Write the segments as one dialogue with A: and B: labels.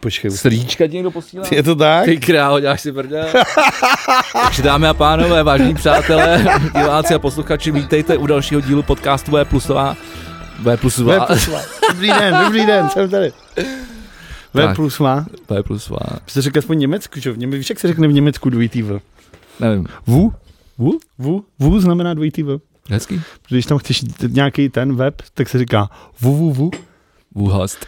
A: počkej.
B: Srdíčka ti někdo posílá?
A: Je to tak?
B: Ty kráho, děláš si prdel. Takže dámy a pánové, vážení přátelé, diváci a posluchači, vítejte u dalšího dílu podcastu V plusová. V plus
A: V
B: 2.
A: plus má. Dobrý den, dobrý den, jsem tady. V
B: Tak.
A: plus má.
B: V plus 2.
A: Jste řekl aspoň Německu, že? v Něme- Víš, jak se řekne v Německu dvojitý V?
B: Nevím.
A: Vů?
B: Vů?
A: Vů? Vů znamená dvojitý V.
B: Hezký.
A: Když tam chceš jít nějaký ten web, tak se říká vů, vů, vů,
B: Vůhast.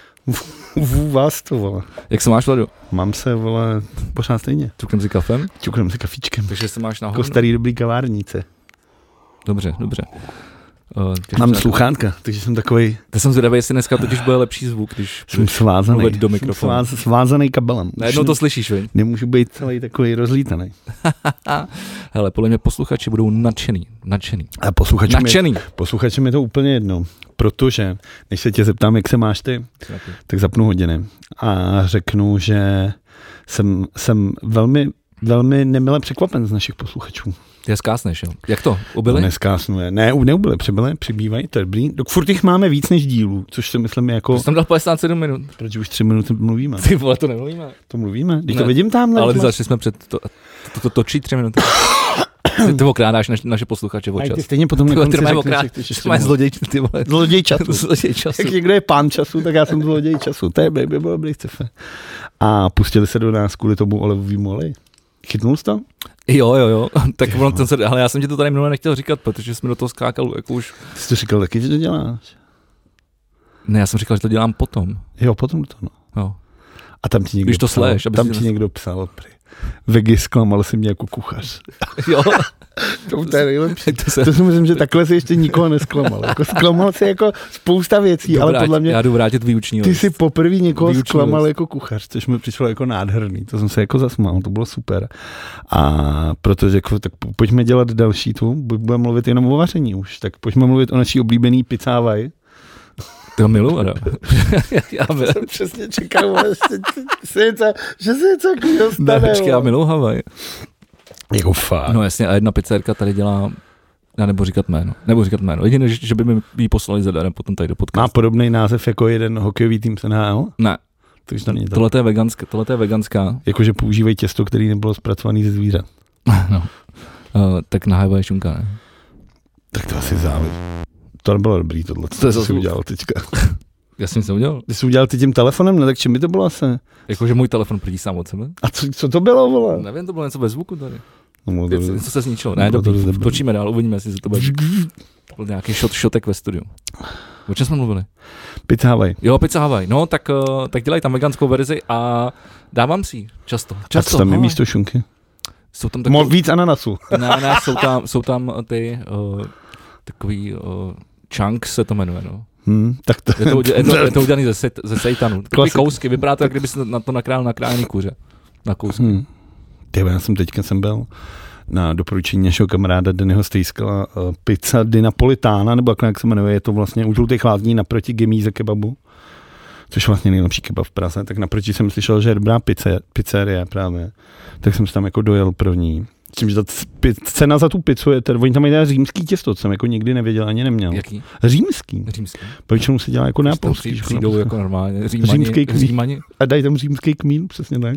A: vů vás to, vole.
B: Jak se máš, Vladu?
A: Mám se, vole, pořád stejně.
B: Tuknem si kafem?
A: Čuknem se kafičkem.
B: Takže se máš
A: Jako
B: nahoru?
A: starý dobrý kavárnice.
B: Dobře, dobře. Uh,
A: Mám sluchátka, takže jsem takový
B: Já jsem zvědavý, jestli dneska totiž bude lepší zvuk, když
A: jsem svázaný.
B: mluvit do
A: Jsem
B: mikrofonu.
A: sváz, svázaný kabelem. Už
B: Najednou to slyšíš, vy?
A: Nemůžu být celý takový rozlítaný.
B: Hele, podle mě posluchači budou nadšený. Nadšený.
A: A posluchači mi,
B: Nadšený.
A: posluchači mi je to úplně jedno, protože než se tě zeptám, jak se máš ty, tak zapnu hodiny a řeknu, že jsem, jsem velmi, velmi nemile překvapen z našich posluchačů.
B: Ty je zkásneš, jo? Jak to? Ubyli?
A: Dneska snuje. Ne, u- neubyle, přibyly, přibývají, to je dobrý. Dok furt jich máme víc než dílů, což si myslím je jako,
B: Jsi tam dal 57 minut.
A: proč už tři minuty mluvíme.
B: Ty vole, to nemluvíme.
A: To mluvíme, když to
B: Ne,
A: vidím tam.
B: Ale ty začali jsme před to, to, to, to točí tři minuty. Ty, ty okrádáš naš, naše posluchače o
A: A
B: čas.
A: ty stejně potom
B: Ty vole,
A: nekonci
B: ty mají
A: řekneš,
B: okrát,
A: jak ty šest
B: ty mají
A: minut.
B: zloděj, ty vole.
A: Zloděj času.
B: Zloděj času.
A: Jak někdo je pán času, tak já jsem zloděj času. To je baby, bylo dobrý sci-fi. A pustili se do nás kvůli tomu olivovýmu oleji. Chytnul jsi to?
B: Jo, jo, jo. Tak
A: Ty
B: ono
A: vole.
B: ten se, ale já jsem ti to tady minule nechtěl říkat, protože jsme do toho skákal jako už.
A: Ty jsi to říkal taky, že to děláš.
B: Ne, já jsem říkal, že to dělám potom.
A: Jo, potom to no.
B: Jo.
A: A tam ti někdo
B: Když to
A: psal,
B: sléš, aby
A: tam
B: si-
A: ti někdo psal, prý. Vegi zklamal si mě jako kuchař.
B: jo.
A: To, to je nejlepší.
B: to se,
A: To si myslím, že takhle si ještě nikoho nesklamal. Jako zklamal si jako spousta věcí,
B: jdu
A: ale
B: vrát-
A: podle mě
B: Já jdu vrátit výuční
A: ty
B: list.
A: si poprvé někoho
B: Výučnou
A: zklamal
B: list.
A: jako kuchař, což mi přišlo jako nádherný. To jsem se jako zasmál, to bylo super. A protože, jako, tak po- pojďme dělat další tu, bu- budeme mluvit jenom o vaření už, tak pojďme mluvit o naší oblíbený pizzávaj.
B: To miluju, ano. já, já, miluju-
A: Jsem přesně čekal, vole, že se něco, že se něco takového
B: ne,
A: stane.
B: počkej, já
A: vole.
B: miluju Havaj.
A: Jako fakt.
B: No jasně, a jedna pizzerka tady dělá, já nebo říkat jméno, nebo říkat jméno. Jediné, že, že by mi ji poslali zadarem potom tady do
A: Má
B: podcastu.
A: podobný název jako jeden hokejový tým z NHL?
B: Ne,
A: To už to není to.
B: tohle je veganská, tohle je veganská,
A: Jakože používají těsto, který nebylo zpracovaný ze zvířat.
B: no. Uh, tak na Havaj je šunka, ne?
A: Tak to asi závěr. To nebylo dobrý tohle,
B: To
A: co
B: je
A: jsi
B: zase-
A: udělal teďka.
B: Já jsem nic neudělal.
A: Ty jsi udělal ty tím telefonem, ne? Tak čím by to bylo asi?
B: Jakože můj telefon prdí sám od sebe.
A: A co, co to bylo, vole?
B: Nevím, to bylo něco bez zvuku tady.
A: No, moc
B: Něco,
A: dobře.
B: něco se zničilo. Ne,
A: No, to
B: dobrý,
A: je dobrý.
B: točíme dál, uvidíme, jestli se to bude. Byl nějaký shot, shotek ve studiu. O čem jsme mluvili?
A: Pizza Hawaii.
B: Jo, pizza Hawaii. No, tak, eh, tak dělají tam veganskou verzi a dávám si ji. Často.
A: A
B: Často.
A: co tam je
B: hele.
A: místo šunky?
B: Jsou tam
A: Tak...
B: takový,
A: Mo, víc ananasu.
B: ne, ne, jsou tam, jsou tam ty uh, takový uh, chunk se to jmenuje, no.
A: Hm, tak to,
B: Je to, udě- je to, je to udělaný ze, sejt, ze sejtanu. Takový
A: Klasika.
B: kousky, vypadá to, jak kdyby se na to nakrájel na krájený kuře. Na kousky.
A: Hm. Ty, já jsem teďka jsem byl na doporučení našeho kamaráda Dennyho Stejskala eh, pizza Di Napolitána, nebo jak- jak se jmenuje, je to vlastně u žlutých lázní naproti Gemíze kebabu, což je vlastně nejlepší kebab v Praze, tak naproti jsem slyšel, že je dobrá pizze, pizzerie právě, tak jsem se tam jako dojel pro ní. S tím, že ta c- pi- cena za tu pizzu je, teda- oni tam mají teda římský těsto, co jsem jako nikdy nevěděl, ani neměl.
B: Jaký?
A: Římský.
B: Římský.
A: Většinou se dělá jako
B: Tam
A: neapolský.
B: při-
A: že jo,
B: Přijdou
A: například.
B: jako normálně. Římani,
A: Římský kníž.
B: Římani.
A: A dají tam římský kmín, přesně tak.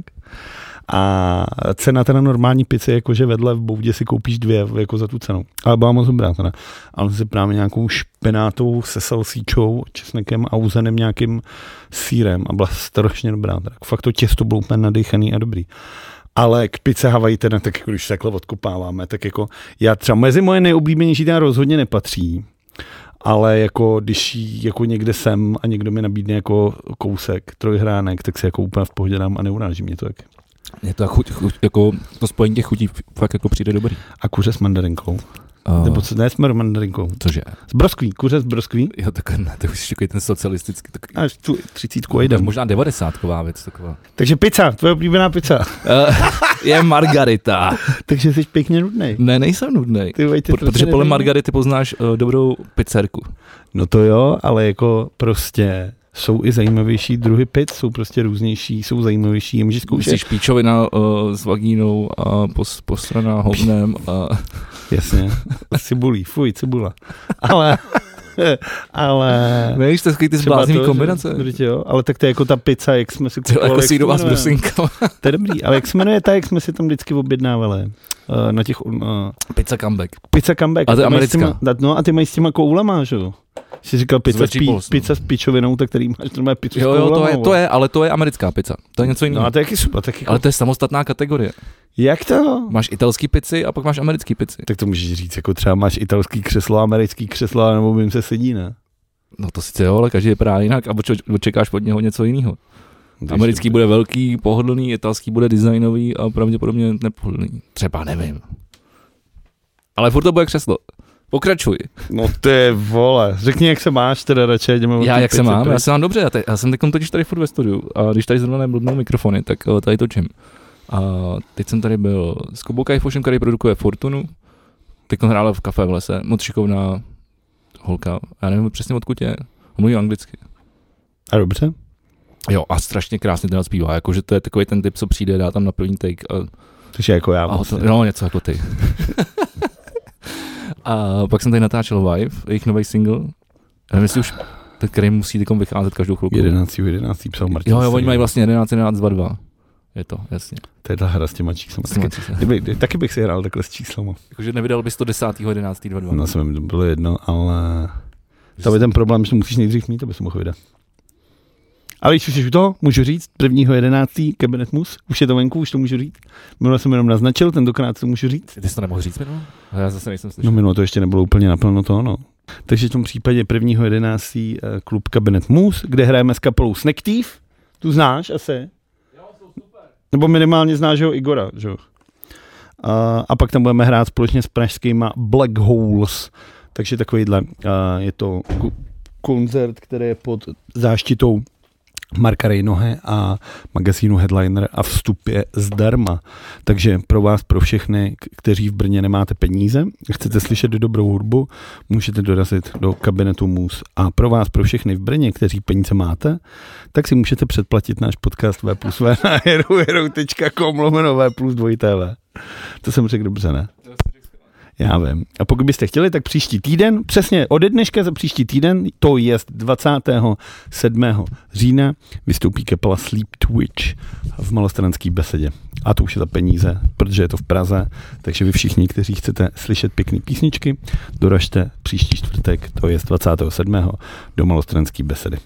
A: A cena teda normální pici, jakože vedle v Boudě si koupíš dvě, jako za tu cenu. Ale byla moc dobrá teda. Ale si právě nějakou špenátou se salsíčou, česnekem a uzeným nějakým sírem a byla strašně dobrá. Teda. Fakt to těsto bylo úplně nadechaný a dobrý. Ale k pice Havaj teda, tak jako když se takhle odkopáváme, tak jako já třeba mezi moje nejoblíbenější teda rozhodně nepatří, ale jako když jí jako někde jsem a někdo mi nabídne jako kousek, trojhránek, tak se jako úplně v pohodě dám a neuráží mě to jak.
B: Je to jako, chuť, chuť, jako to spojení těch chutí fakt jako přijde dobrý.
A: A kuře s mandarinkou.
B: Uh,
A: Nebo co, ne s mar- mandarinkou.
B: cože?
A: S broskví, kuře s broskví.
B: Jo, tak ne, to už je takový ten socialistický, tak,
A: Až tu třicítku a jdem.
B: možná devadesátková věc taková.
A: Takže pizza, tvoje oblíbená pizza.
B: Eh, je Margarita.
A: Takže jsi pěkně nudnej.
B: Ne, nejsem nudnej.
A: Ty, vej, ty
B: Pro-
A: prostě
B: No, Protože podle
A: nezajímá.
B: Margarity poznáš uh, dobrou pizzerku.
A: No to jo, ale jako prostě jsou i zajímavější druhy pit, jsou prostě různější, jsou zajímavější, jim že zkoušet.
B: Musíš píčovina uh, s vagínou a pos, posraná hovnem. A...
A: Jasně, s cibulí, fuj, cibula. Ale ale...
B: Víš, to je takový ty zbláznivý
A: že-
B: kombinace.
A: vždyť jo, ale tak to je jako ta pizza, jak jsme si
B: Ty,
A: kupovali,
B: jako
A: jak
B: si do
A: se
B: vás
A: jmenuje?
B: brusinka.
A: To je dobrý, ale jak se jmenuje ta, jak jsme si tam vždycky objednávali? Eh, Na těch uh,
B: Pizza comeback.
A: pizza comeback.
B: A to je
A: Ty mají s
B: americká.
A: těma- da- No a ty mají s těma koulama, že jo? Jsi říkal pizza, s,
B: Veggie
A: pí,
B: balls, no.
A: pizza s pičovinou, tak tady máš normálně pizzu
B: Jo,
A: s
B: jo,
A: koulama,
B: to je, to
A: vole.
B: je, ale to je americká pizza. To je něco
A: No
B: jiného.
A: a to je jaký super, tak jako,
B: Ale to je samostatná kategorie.
A: jak to?
B: Máš italský pici a pak máš americký pici.
A: Tak to můžeš říct, jako třeba máš italský křeslo, americký křeslo, nebo vím se sedí, ne?
B: No to sice jo, ale každý vypadá jinak a oč- očekáš od něho něco jiného. Americký bude velký, pohodlný, italský bude designový a pravděpodobně nepohodlný. Třeba nevím. Ale furt to bude křeslo. Pokračuj.
A: No ty vole, řekni, jak se máš teda radši, jdeme od
B: Já
A: té
B: jak se
A: pici
B: mám?
A: pryč.
B: Já se mám dobře, já, te, já jsem teď totiž tady furt ve studiu a když tady zrovna neblbnou mikrofony, tak eh, tady točím. A teď jsem tady byl s Kubou Kajfošem, který produkuje Fortunu. Teď on hrál v kafe v lese, moc šikovná holka, já nevím přesně odkud je, mluví anglicky.
A: A dobře?
B: Jo, a strašně krásně teda zpívá, jakože to je takový ten typ, co přijde, dá tam na první take a
A: Takže jako já.
B: a
A: vlastně.
B: to, no, něco jako ty. a pak jsem tady natáčel Vive, jejich nový single. Já nevím, jestli už ten, který musí teď vycházet každou chvilku.
A: 11. 11. psal Martin.
B: Jo, jo,
A: Sejdl.
B: oni mají vlastně 11, 11, 2, 2. Je to, jasně.
A: To je ta hra s těma číslama.
B: S
A: Taky,
B: tím, co se-
A: Vlastně kdyby, kdy- taky bych si hrál takhle s číslama.
B: Jakože nevydal bys to 10. 11. 2, 2.
A: No, se mi to bylo jedno, ale tam je ten problém, že to musíš nejdřív mít, aby se mohl vydat. Ale když už jsi u toho, můžu říct, prvního 11. Cabinet Mus, už je to venku, už to můžu říct. Minule jsem jenom naznačil, tentokrát to můžu říct.
B: Ty jsi to nemohl říct minule? A Já zase nejsem slyšel.
A: No minule to ještě nebylo úplně naplno to, no. Takže v tom případě prvního 11. eh, klub Kabinet Mus, kde hrajeme s kapelou Snack Thief. Tu znáš asi? Nebo minimálně znáš ho Igora, že jo? A, a pak tam budeme hrát společně s pražskýma Black Holes. Takže takovýhle a je to ku- koncert, který je pod záštitou Marka Rejnohe a magazínu Headliner a vstup je zdarma. Takže pro vás, pro všechny, k- kteří v Brně nemáte peníze, chcete slyšet dobrou hudbu, můžete dorazit do kabinetu MUS. A pro vás, pro všechny v Brně, kteří peníze máte, tak si můžete předplatit náš podcast V plus V na herohero.com lomeno V plus 2 TV. To jsem řekl dobře, ne? Já vím. A pokud byste chtěli, tak příští týden, přesně ode dneška za příští týden, to je 27. října, vystoupí kapela Sleep Twitch v malostranský besedě. A to už je za peníze, protože je to v Praze, takže vy všichni, kteří chcete slyšet pěkné písničky, doražte příští čtvrtek, to je 27. do malostranský besedy.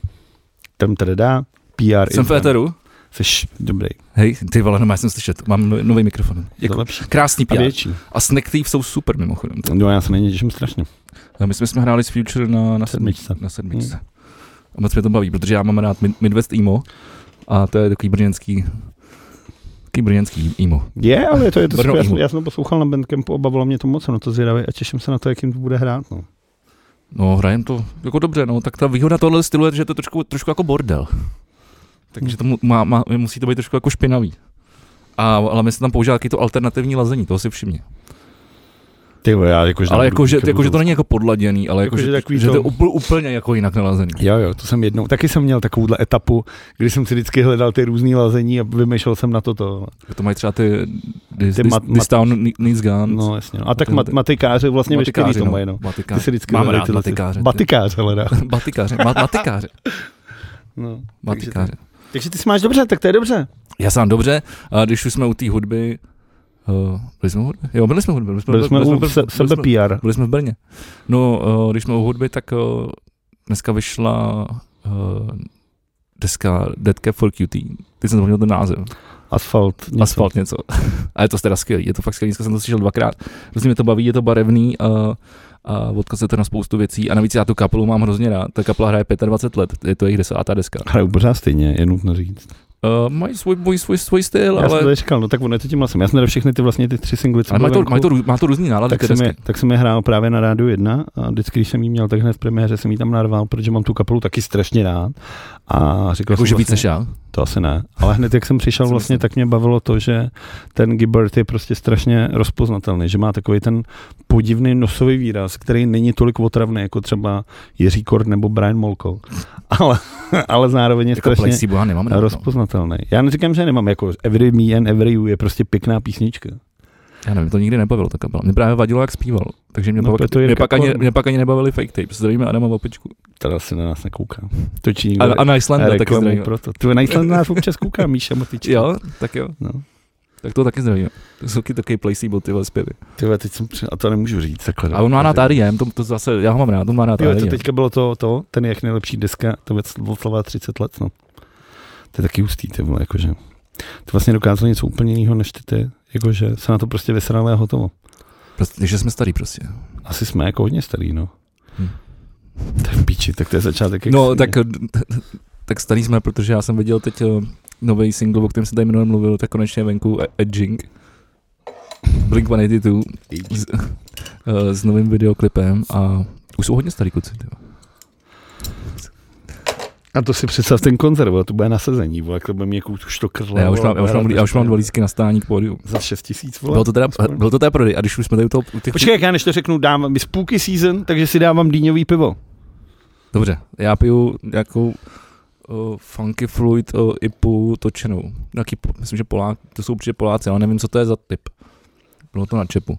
A: Tam tady dá, PR
B: Jsem v
A: Instagram.
B: éteru?
A: Seš dobrý,
B: Hej, ty vole, no já jsem slyšet. Mám no- nový mikrofon.
A: je
B: Děkuji.
A: to lepší.
B: Krásný
A: A
B: PR.
A: větší.
B: A Snack Thief jsou super mimochodem.
A: No já se na ně těším strašně.
B: My jsme, jsme hráli s Future na, na sedmičce.
A: Sedmičce. Hmm.
B: Na sedmičce. A moc mě to baví, protože já mám rád Mid- Midwest Emo a to je takový brněnský, takový brněnský emo.
A: Je, ale je to, je to
B: Brno
A: super. Já,
B: Imo.
A: jsem, já jsem to poslouchal na Bandcampu a bavilo mě to moc, no to zvědavý a těším se na to, jak jim to bude hrát. No.
B: No, hrajem to jako dobře, no, tak ta výhoda tohle stylu je, že to je trošku, trošku jako bordel. Takže to mu, má, má, musí to být trošku jako špinavý. A, ale my jsme tam používali taky to alternativní lazení, toho si všimni.
A: Ty vole, já jakože...
B: ale jakože jako, že to není jako podladěný, ale
A: Jakože
B: jakože jako,
A: takový
B: že, že to
A: to-
B: je úplně, úplně jako jinak nalazený.
A: Jo, jo, to jsem jednou, taky jsem měl takovouhle etapu, kdy jsem si vždycky hledal ty různý lazení a vymýšlel jsem na to to.
B: To mají třeba ty, this,
A: Ty
B: this,
A: mat-
B: this town needs guns.
A: No jasně, no. A tak
B: Ty-
A: mat, matikáři vlastně veškerý
B: Matikáři,
A: to mají, no. Ty si
B: Matikáři.
A: vždycky
B: Mám
A: hledají
B: rád
A: tyhle ty-
B: matikáře.
A: Batikáře hledá.
B: Batikáře, ma- matikáře,
A: No. Takže,
B: matikáře.
A: takže ty si máš dobře, tak to je dobře.
B: Já sám dobře, a když už jsme u té hudby, uh, byli jsme u hudby? Jo, byli jsme u hudby. Byli jsme,
A: Byli jsme u
B: byli
A: se,
B: byli
A: sebe
B: jsme,
A: PR.
B: byli jsme v Brně. No, uh, když jsme u hudby, tak uh, dneska vyšla uh, deska Dead Cap for Cutie. Teď jsem zapomněl ten název.
A: Asfalt. něco.
B: něco. asfalt něco. A je to teda skvělý, je to fakt skvělý, dneska jsem to slyšel dvakrát, prostě mě to baví, je to barevný a, a odkazuje to na spoustu věcí a navíc já tu kapelu mám hrozně rád, ta kapela hraje 25 let, je to jejich desátá deska.
A: Hraju pořád stejně, je nutno říct.
B: Uh, mají svůj, můj, svůj, svůj styl,
A: Já jsem
B: ale,
A: to říkal, no tak ono je to tím hlasem. Já jsem dal všechny ty vlastně ty tři singly, co
B: ale
A: byly
B: mají to,
A: venku.
B: mají to, rů- má to různý nálady,
A: jako- tak
B: ty
A: jsem,
B: desky.
A: je, tak jsem je hrál právě na rádiu 1 a vždycky, když jsem ji měl tak hned v premiéře, jsem ji tam narval, protože mám tu kapelu taky strašně rád. A říkal
B: Jakože
A: jsem
B: Jako víc
A: vlastně,
B: než já.
A: To asi ne. Ale hned, jak jsem přišel
B: Co
A: vlastně,
B: myslím?
A: tak mě bavilo to, že ten Gibbert je prostě strašně rozpoznatelný, že má takový ten podivný nosový výraz, který není tolik otravný, jako třeba Jiří Kord nebo Brian Molko. Ale, ale zároveň je
B: Jako
A: strašně
B: Plexi, já nemám rád. no.
A: rozpoznatelný. Já neříkám, že nemám, jako Every Me and Every You je prostě pěkná písnička.
B: Já nevím, to nikdy nebavilo ta kapela. Mě právě vadilo, jak zpíval. Takže mě,
A: No,
B: no, pak,
A: proto
B: mě,
A: Jirka
B: pak ani,
A: Korn.
B: mě pak ani nebavili fake tapes. Zdravíme Adama Vopečku.
A: Teda se na nás nekouká. Točí
B: A,
A: někdo
B: a na Islanda taky
A: reklamu
B: zdravíme.
A: proto. Tu na Islandu nás občas kouká Míša Motička.
B: Jo, tak jo.
A: No.
B: Tak to taky zdravíme. To jsou taky takový placebo ty vole zpěvy.
A: Ty vole, teď jsem, při- a to nemůžu říct takhle.
B: A on má rád R.E.M., to, to zase, já ho mám rád, on má rád E
A: Jo, to
B: R.E.M.
A: teďka bylo to, to, ten jak nejlepší deska, to věc Vltava 30 let, no. To je taky hustý, ty vole, jakože. To vlastně dokázalo něco úplně jiného než ty, ty, jakože se na to prostě vysrali a hotovo.
B: Prostě, že jsme starý prostě.
A: Asi jsme jako hodně starý, no.
B: Hm.
A: To je v píči, tak to je začátek. jak
B: No,
A: svině.
B: tak, tak starý jsme, protože já jsem viděl teď nový single, o kterém jsem tady minule mluvil, tak konečně je venku E- Edging. Blink 182 s, eh, s novým videoklipem a už jsou hodně starý kluci. Tyva.
A: A to si představ ten koncert, vole, to bude nasazení, vole, jak to bude mě jako už to krle.
B: Ne, já už
A: vole,
B: mám, já už
A: bude
B: mám,
A: hrát
B: já už mám
A: prostě
B: dva lístky na stání k pódiu.
A: Za 6 tisíc, vole.
B: Bylo to teda,
A: aspoň.
B: bylo to teda prodej, a když už jsme tady u toho, u těch,
A: Počkej, jak já než to řeknu, dám mi spooky season, takže si dávám dýňový pivo.
B: dobře, já piju nějakou uh, funky fluid uh, ipu točenou. Nějaký, po- myslím, že Polák, to jsou určitě Poláci, ale nevím, co to je za typ. Bylo to na čepu.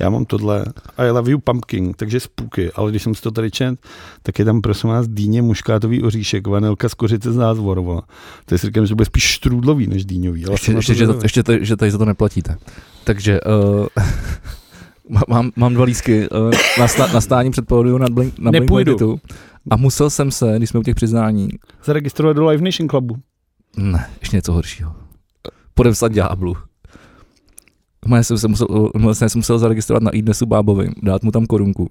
A: Já mám tohle I love you pumpkin, takže spooky, ale když jsem si to tady čet, tak je tam prosím vás dýně muškátový oříšek, vanilka z kořice z názvor, vole. To je si říkám, že to bude spíš štrůdlový než dýňový. Ale
B: Ještě,
A: jsem na
B: ještě, že,
A: zvědavý.
B: ještě tady, že tady za to neplatíte. Takže uh, mám, mám dva lísky uh, na, sta, na stání před pódiu na Blink, na Blink
A: Nepůjdu.
B: 182. a musel jsem se, když jsme u těch přiznání,
A: Zaregistrovat do Live Nation Clubu.
B: Ne, ještě něco horšího. Podepsat ďáblu. Moje jsem se musel, vlastně jsem musel zaregistrovat na iDnesu Bábovi, dát mu tam korunku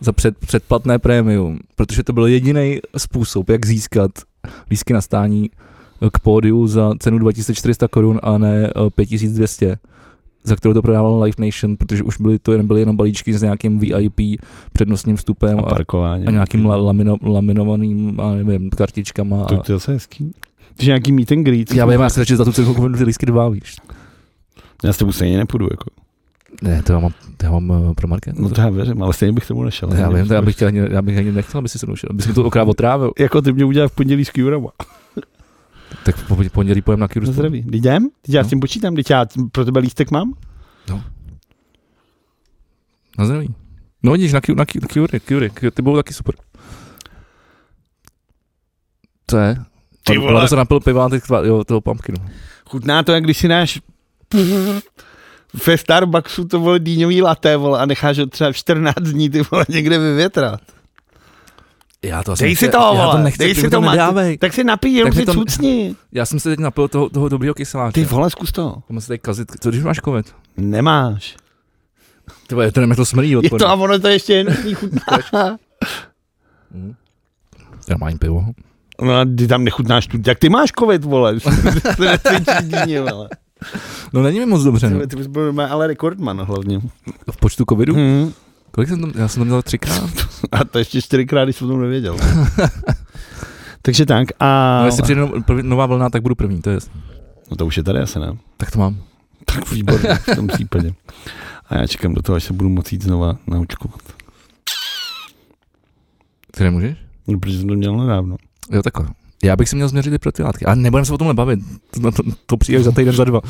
B: za před, předplatné prémium, protože to byl jediný způsob, jak získat lísky na stání k pódiu za cenu 2400 korun a ne eh, 5200 za kterou to prodával Live Nation, protože už byly to jen byly jenom balíčky s nějakým VIP přednostním vstupem
A: A
B: a,
A: parkování.
B: a nějakým la- lamino, laminovaným, a nevím, kartičkama.
A: To,
B: A,
A: to je zase hezký. Když nějaký meet and greet,
B: já bych já si radši za tu cenu koupím ty lísky dva, víš.
A: já s tebou stejně nepůjdu. Jako.
B: Ne, to já mám, to já mám eh, pro market.
A: No to já věřím, ale stejně bych tomu nešel.
B: já vím, to já bych, tě ani, já bych ani nechtěl, aby si se doušel, aby si to okrát otrávil.
A: Jako ty mě udělal v pondělí s Curama.
B: Tak v pon- pondělí pojem na Kyru.
A: Na zdraví. Teď jdem? Teď já
B: No.
A: s tím počítám, teď já pro tebe lístek mám?
B: Na zdraví. No vidíš, na Kyru, na Kyru- Kyru, Kyru, Kyru, ty budou taky super. To je.
A: Ty
B: Pan-
A: vole.
B: Pan se napil piva, teď tva- jo, toho pumpkinu.
A: Chutná to, jak když si náš ve Starbucksu to vole dýňový laté, vole, a necháš ho třeba 14 dní, ty vole, někde vyvětrat.
B: Já to asi
A: Dej
B: nechci-
A: si to,
B: já to
A: vole,
B: nechci,
A: dej
B: ty
A: si
B: mi
A: to, Mati.
B: nedávej.
A: Tak si napij, jenom
B: Tak mi
A: si
B: to-
A: cucni.
B: Já jsem se teď napil toho, toho dobrýho kyseláče.
A: Ty vole, zkus to.
B: To se tady kazit, co když máš covid?
A: Nemáš.
B: Ty vole, to nemě to smrdí
A: Je
B: odporně.
A: to a ono to ještě jen chutná.
B: Hm. Já mám jen pivo.
A: No a ty tam nechutnáš tu, jak ty máš covid, vole. to necvičí dýně, vole.
B: No není mi moc dobře, no.
A: Ty, ty bys byl normálně ale rekordman hlavně.
B: V počtu covidu?
A: Hmm.
B: Kolik jsem tam, já jsem tam dělal třikrát.
A: A to ještě čtyřikrát, když jsem o tom nevěděl. Takže tak a...
B: No, jestli přijde no- prv- nová vlna, tak budu první, to je jasný.
A: no to už je tady asi, ne?
B: Tak to mám.
A: Tak výborně v tom případě. A já čekám do toho, až se budu moci jít znova naučkovat.
B: Ty nemůžeš?
A: No, protože jsem to měl nedávno.
B: Jo, takhle. Já bych si měl změřit i pro ty látky. A nebudeme se o tomhle bavit. To, to, to přijde až za týden, za dva.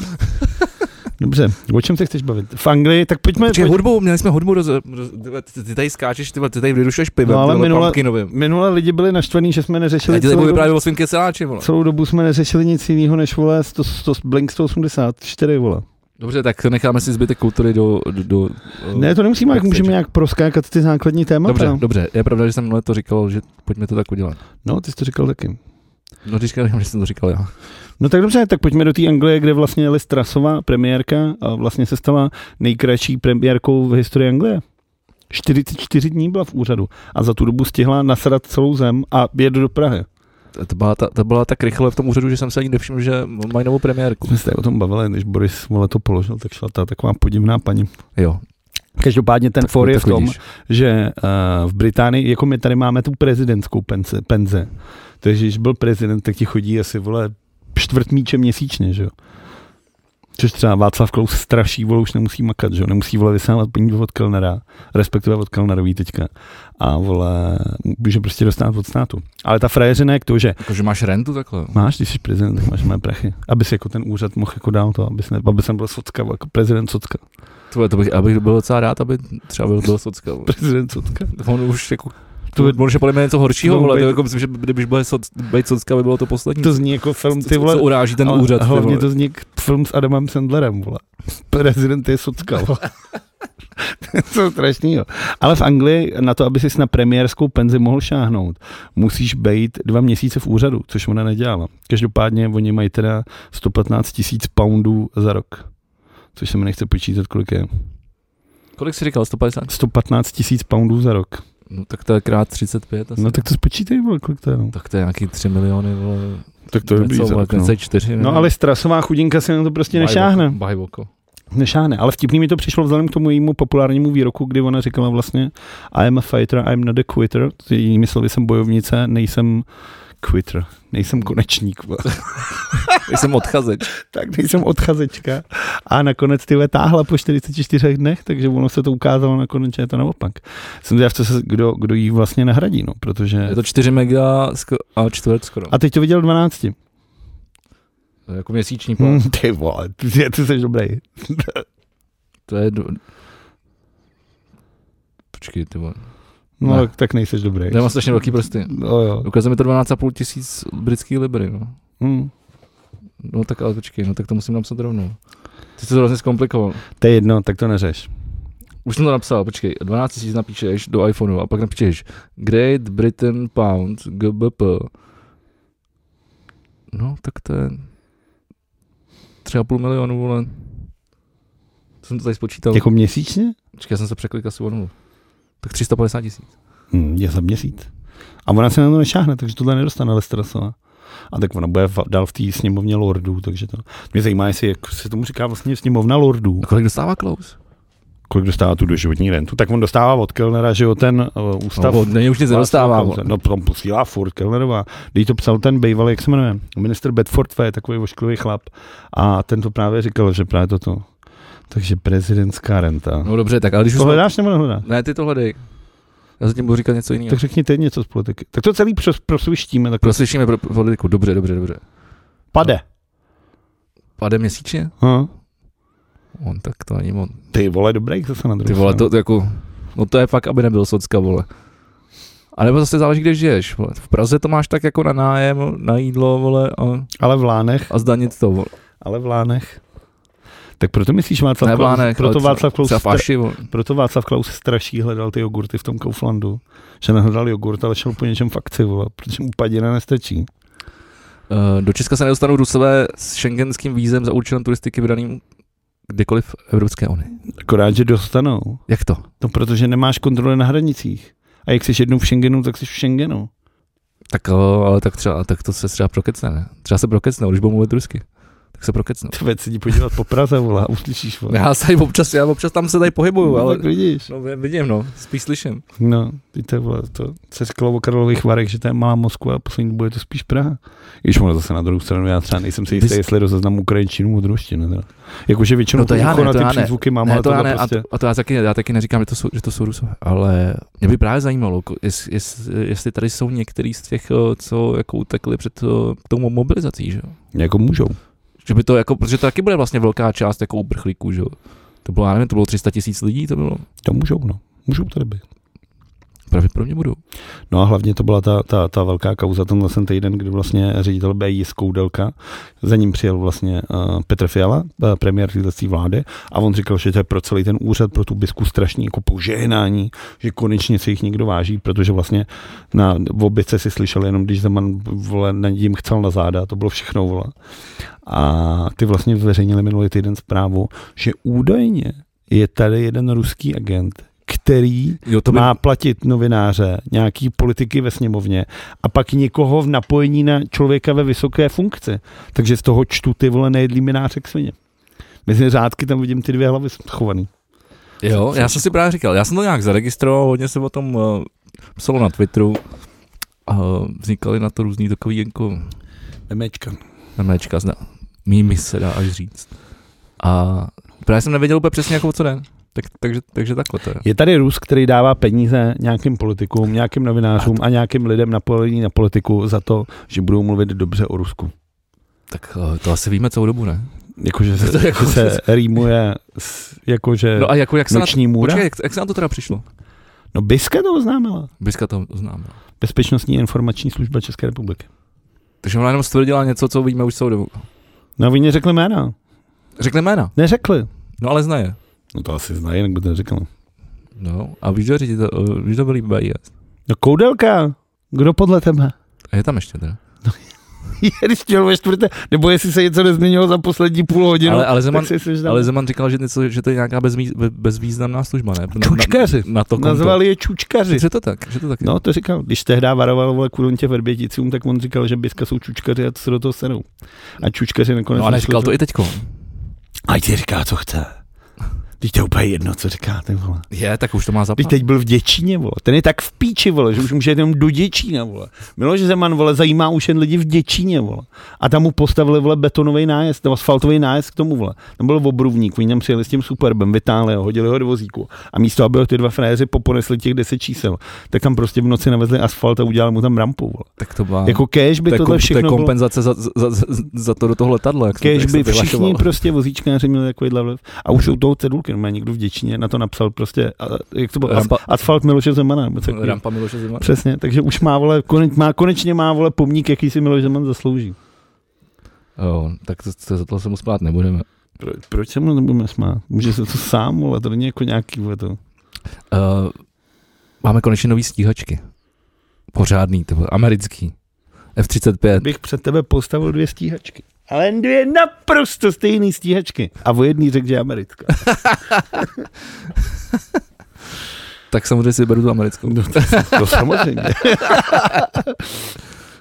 A: Dobře, o čem se chceš bavit? V Anglii, tak pojďme...
B: Počkej,
A: pojď-
B: hudbu, měli jsme hudbu, roz, roz, ty vole, ty, ty tady skáčeš, ty, vole, ty tady vyrušuješ pivem,
A: No, ale
B: ty vole,
A: minule-
B: pumpkinovým.
A: Minule lidi byli naštvaní, že jsme
B: Já
A: neřešili...
B: ti tady budu
A: celou,
B: vyprávět
A: dobu,
B: o svým keceláči, vole.
A: celou dobu jsme neřešili nic jiného než vole 100, 100, Blink 184, vole.
B: Dobře, tak necháme si zbytek kultury do... do, do eh,
A: Ne, to nemusíme, jak
B: tak
A: můžeme
B: se-
A: nějak proskákat ty základní témata.
B: Dobře, dobře, je pravda, že jsem minule to říkal, že pojďme to tak udělat.
A: No, ty jsi to říkal taky.
B: No, když říkám, že jsem to říkal já.
A: No tak dobře, tak pojďme do té Anglie, kde vlastně Liz Trasová premiérka a vlastně se stala nejkratší premiérkou v historii Anglie. 44 dní byla v úřadu a za tu dobu stihla nasrat celou zem a jet do Prahy.
B: To byla, ta, to byla tak rychle v tom úřadu, že jsem se ani nevšiml, že mají novou premiérku.
A: Jsme se tady o tom bavili, když Boris vole to položil, tak šla ta taková podivná paní.
B: Jo.
A: Každopádně ten for je v
B: tak
A: tom,
B: vidíš.
A: že uh, v Británii, jako my tady máme tu prezidentskou penze, penze. takže když byl prezident, tak ti chodí asi, vole, čtvrt míče měsíčně, že jo? Což třeba Václav Klaus straší, vole, už nemusí makat, že jo? Nemusí, vole, vysávat peníze od Kellnera, respektive od Kellnerový teďka. A, vole, může prostě dostat od státu. Ale ta frajeřina je k to, že
B: Jakože máš rentu takhle. jo.
A: máš, když jsi prezident, tak máš mé prachy. Aby si jako ten úřad mohl jako dál to, aby, ne, aby jsem byl socka, vole, jako prezident socka.
B: Tvoje, to bych, abych byl docela rád, aby třeba byl, byl socka. vole.
A: Prezident socka.
B: On už jako
A: To,
B: to by, že podle mě něco horšího,
A: to by-
B: vole, to jako myslím, že kdybyž byl soc, být socka, by bylo to poslední.
A: to zní jako film,
B: co-
A: ty vole,
B: co uráží ten
A: Ale
B: úřad. ty
A: Hlavně
B: vole.
A: to zní k- film s Adamem Sandlerem, vole. Prezident je socka, vole. to je strašnýho. Ale v Anglii na to, aby si na premiérskou penzi mohl šáhnout, musíš být dva měsíce v úřadu, což ona nedělala. Každopádně oni mají teda 115 tisíc poundů za rok. Což se mi nechce počítat, kolik je.
B: Kolik jsi říkal, 150?
A: 115 tisíc poundů za rok.
B: No tak to je krát 35 asi.
A: No tak to spočítej, vole, kolik to je. No.
B: tak to je nějaký 3 miliony, vole.
A: Tak
B: něco, vole,
A: no.
B: 24,
A: no ale strasová chudinka si na to prostě nešáhne.
B: Bajvoko.
A: Nešáhne, ale vtipný mi to přišlo vzhledem k tomu jejímu populárnímu výroku, kdy ona říkala vlastně I am a fighter, I am not a quitter. Jinými slovy jsem bojovnice, nejsem quitter, nejsem konečník. vole.
B: Jsem odchazeč.
A: tak nejsem odchazečka. A nakonec ty vole, táhla po 44 dnech, takže ono se to ukázalo nakonec, že je to naopak. Jsem zvědav, co se, kdo, kdo jí vlastně nahradí, no, protože...
B: Je to 4 mega sko- a čtvrt skoro.
A: A teď to viděl 12.
B: To je jako měsíční plán.
A: Hmm, ty vole, ty, ty jsi dobrý.
B: To je... Do... Počkej, ty vole.
A: No,
B: Ne.
A: tak, tak nejseš dobrý.
B: Já mám strašně velký prsty.
A: No, jo.
B: Ukazuje mi to 12,5 tisíc britských libry, no.
A: Hmm.
B: No tak ale počkej, no tak to musím napsat rovnou. Ty jsi to hrozně zkomplikoval.
A: To je jedno, tak to neřeš.
B: Už jsem to napsal, počkej, 12 000 napíšeš do iPhoneu a pak napíšeš Great Britain Pound GBP. No, tak to je 3,5 milionu, vole. To jsem to tady spočítal.
A: Jako měsíčně?
B: Počkej, já jsem se překlikl asi o nulu. Tak 350 tisíc.
A: Hmm, je za měsíc. A ona se na to nešáhne, takže tohle nedostane Lestrasová. A tak ona bude v- dál v té sněmovně lordů, takže to... Mě zajímá, jestli jak se tomu říká vlastně sněmovna lordů.
B: A kolik dostává Klaus?
A: Kolik dostává tu doživotní rentu? Tak on dostává od Kellnera, že jo, ten uh,
B: No,
A: ústav...
B: od něj už nic nedostává. vole.
A: No, tam posílá furt Kellnerová. Když to psal ten bývalý, jak se jmenuje, minister Bedford je takový ošklivý chlap. A ten to právě říkal, že právě toto. Takže prezidentská renta. No,
B: No dobře, tak ale když už...
A: to
B: jsme-
A: hledáš nebo nehledáš?
B: Ne, ty to hledej. Já zatím budu říkat něco jiného.
A: Tak řekni teď něco z politiky. Tak to celý přes- prosvištíme. Tak
B: Proslyšíme pro pro politiku. Dobře, dobře, dobře.
A: pade.
B: Pade měsíčně?
A: Huh?
B: On tak to není on.
A: Ty vole, dobrý, zase na druhou
B: Ty vole,
A: stranu.
B: to, to jako, no to je fakt, aby nebyl socka, vole. A nebo zase záleží, kde žiješ, vole. V Praze to máš tak jako na nájem, na jídlo, vole, a,
A: Ale v Lánech,
B: a zdanit to, vole.
A: ale v Lánech. Tak proto myslíš Václav
B: Ne v
A: Klaus,
B: Lánech, ale
A: proto,
B: třeba-
A: Václav Klaus
B: Třeba v
A: stra,
B: Aši, vole.
A: proto Václav Klaus straší hledal ty jogurty v tom Kauflandu. Že nehledal jogurt, ale šel po něčem v akci, vole, protože mu padina nestačí.
B: Eh, Do Česka se nedostanou Rusové s šengenským vízem za účelem turistiky vydaným kdekoliv v Evropské unii.
A: Akorát, že dostanou.
B: Jak to?
A: No, protože nemáš kontroly na hranicích. A jak jsi jednou v Schengenu, tak jsi v Schengenu.
B: Tak, jo, ale tak třeba, tak to se třeba prokecne, ne? Třeba se prokecnou, když budou mluvit rusky. Tak se prokecnou.
A: Ty vole, se jdi podívat po Praze, vole, a uslyšíš, vole.
B: Já se tady občas, já občas tam se tady pohybuju, ale...
A: tak vidíš.
B: No, vidím, no, spíš slyším.
A: No, ty to, vole, to se říkalo o Karlových Varech, že to je malá Moskva a poslední bude to spíš Praha. Když ono zase na druhou stranu, já třeba nejsem si jistý,
B: Vys-
A: jestli do seznamu ukrajinčinů od ruštiny. Teda. Jakože většinou
B: No to já ne,
A: na
B: to
A: ty
B: já ne.
A: přízvuky mám,
B: Ne,
A: ale
B: to já
A: tohle
B: ne,
A: prostě...
B: a, to, a to já taky, já taky neříkám, že to jsou, že to jsou rusové, ale mě by právě zajímalo, ko- jest, jest, jestli tady jsou některý z těch, eh, co jako utekli před eh, tou mo- mobilizací, že jo?
A: Jako můžou.
B: Že by to jako, protože to taky bude vlastně velká část jako uprchlíků, že jo? To bylo, já nevím, to bylo 300 tisíc lidí, to bylo,
A: To můžou, no. Můžou tady být.
B: pravděpodobně budou.
A: No a hlavně to byla ta, ta, ta velká kauza tenhle ten týden, kdy vlastně ředitel BI Skoudelka, za ním přijel vlastně uh, Petr Fiala, uh, premiér této vlády, a on říkal, že to je pro celý ten úřad, pro tu bisku strašný jako požehnání, že konečně se jich někdo váží, protože vlastně na v obice si slyšel jenom, když Zeman vole, na jim chcel na záda, to bylo všechno vole. A ty vlastně zveřejnili minulý týden zprávu, že údajně je tady jeden ruský agent, který
B: Jo,
A: to má platit novináře, nějaký politiky ve sněmovně a pak někoho v napojení na člověka ve vysoké funkci. Takže z toho čtu ty vole nejedlý minářek svině. Mezi řádky tam vidím ty dvě hlavy schovaný.
B: Jo, já jsem si právě říkal, já jsem to nějak zaregistroval, hodně se o tom uh, psalo na Twitteru, uh, vznikaly na to různý takový jako
A: Memečka.
B: memečka, zna, mými se dá až říct. A právě jsem nevěděl úplně přesně, jako o co den. Tak, takže, takže takhle to je.
A: Je tady Rus, který dává peníze nějakým politikům, nějakým novinářům a nějakým lidem napojení na politiku za to, že budou mluvit dobře o Rusku.
B: Tak eh, to asi víme celou dobu, ne?
A: Jakože se,
B: To je jako-
A: jako se rýmuje, s, jakože
B: No a jako jak se na,
A: noční můra.
B: počkej, jak, jak se na to teda přišlo?
A: No Biska to oznámila.
B: Bliska to známe.
A: Bezpečnostní informační služba České republiky.
B: Takže ona jenom stvrdila něco, co víme už celou dobu.
A: No oni neřekli jména.
B: Řekne jména,
A: Neřekli.
B: no ale zná je.
A: No to asi znají, jinak by to neřekl.
B: No a víš, že ředitel, eh, víš, to byl IBIS.
A: No koudelka, kdo podle tebe?
B: A je tam ještě teda.
A: Je, Když chtěl ve čtvrté, nebo jestli se něco nezměnilo za poslední půl hodinu.
B: ale, ale, Zeman,
A: tak si myslím, že tam-
B: ale Zeman říkal, že, něco, že to je nějaká bezvý, be- bezvýznamná služba, ne? Na-
A: Čučkaři.
B: Na, na to konto.
A: Nazvali je čučkaři.
B: Že to tak, že to tak. je.
A: No, to říkal. Když tehdy varoval vole kudontě verběticům, tak on říkal, že biska jsou čučkaři a co se do toho senou. A čučkaři nakonec...
B: no a
A: našli
B: neříkal
A: tu-
B: to i teďko.
A: Ať ti říká, co chce. Teď to je úplně jedno, co říká ten vole.
B: Je, tak už to má
A: Teď
B: zapad.
A: teď byl v Děčíně, vole. Ten je tak v píči, vole, že už může jenom do Děčína, vole. Miloš Zeman, vole, zajímá už jen lidi v Děčíně, vole. A tam mu postavili, vole, betonový nájezd, nebo asfaltový nájezd k tomu, vole. Tam byl obrubník, oni tam přijeli s tím superbem, vytáhli ho, hodili ho do vozíku. A místo, aby ho ty dva frajeři poponesli těch 10 čísel, tak tam prostě v noci navezli asfalt a udělali mu tam rampu, vole.
B: Tak to byla...
A: Jako cash by
B: to
A: tohle
B: je, kom, to je
A: všechno bylo,
B: kompenzace za, za, za, za, to do toho letadla, jak, se-
A: cash
B: jak se
A: by
B: vyhlašovalo.
A: všichni prostě vozíčkáři měli takovýhle vliv. A už jsou toho cedulky, no má někdo v Děčíně na to napsal prostě, a, jak to bylo,
B: Rampa-
A: Rampa. asfalt Miloše Zemana. Nebo co takového.
B: Rampa Miloše Zemana.
A: Přesně, takže už má, vole, koneč, má, konečně má, vole, pomník, jaký si Miloš Zeman zaslouží.
B: Jo, tak to, to, za to se mu spát nebudeme.
A: Pro, proč se mu nebudeme smát? Může se to sám, vole, to není jako nějaký, vole, to.
B: Uh, máme konečně nový stíhačky. Pořádný, to byl americký. F-35.
A: Bych před tebe postavil dvě stíhačky. Ale jen dvě naprosto stejné stíhačky. A o jedný řekl, že je americká.
B: Tak samozřejmě si beru tu americkou.
A: No, to, to samozřejmě.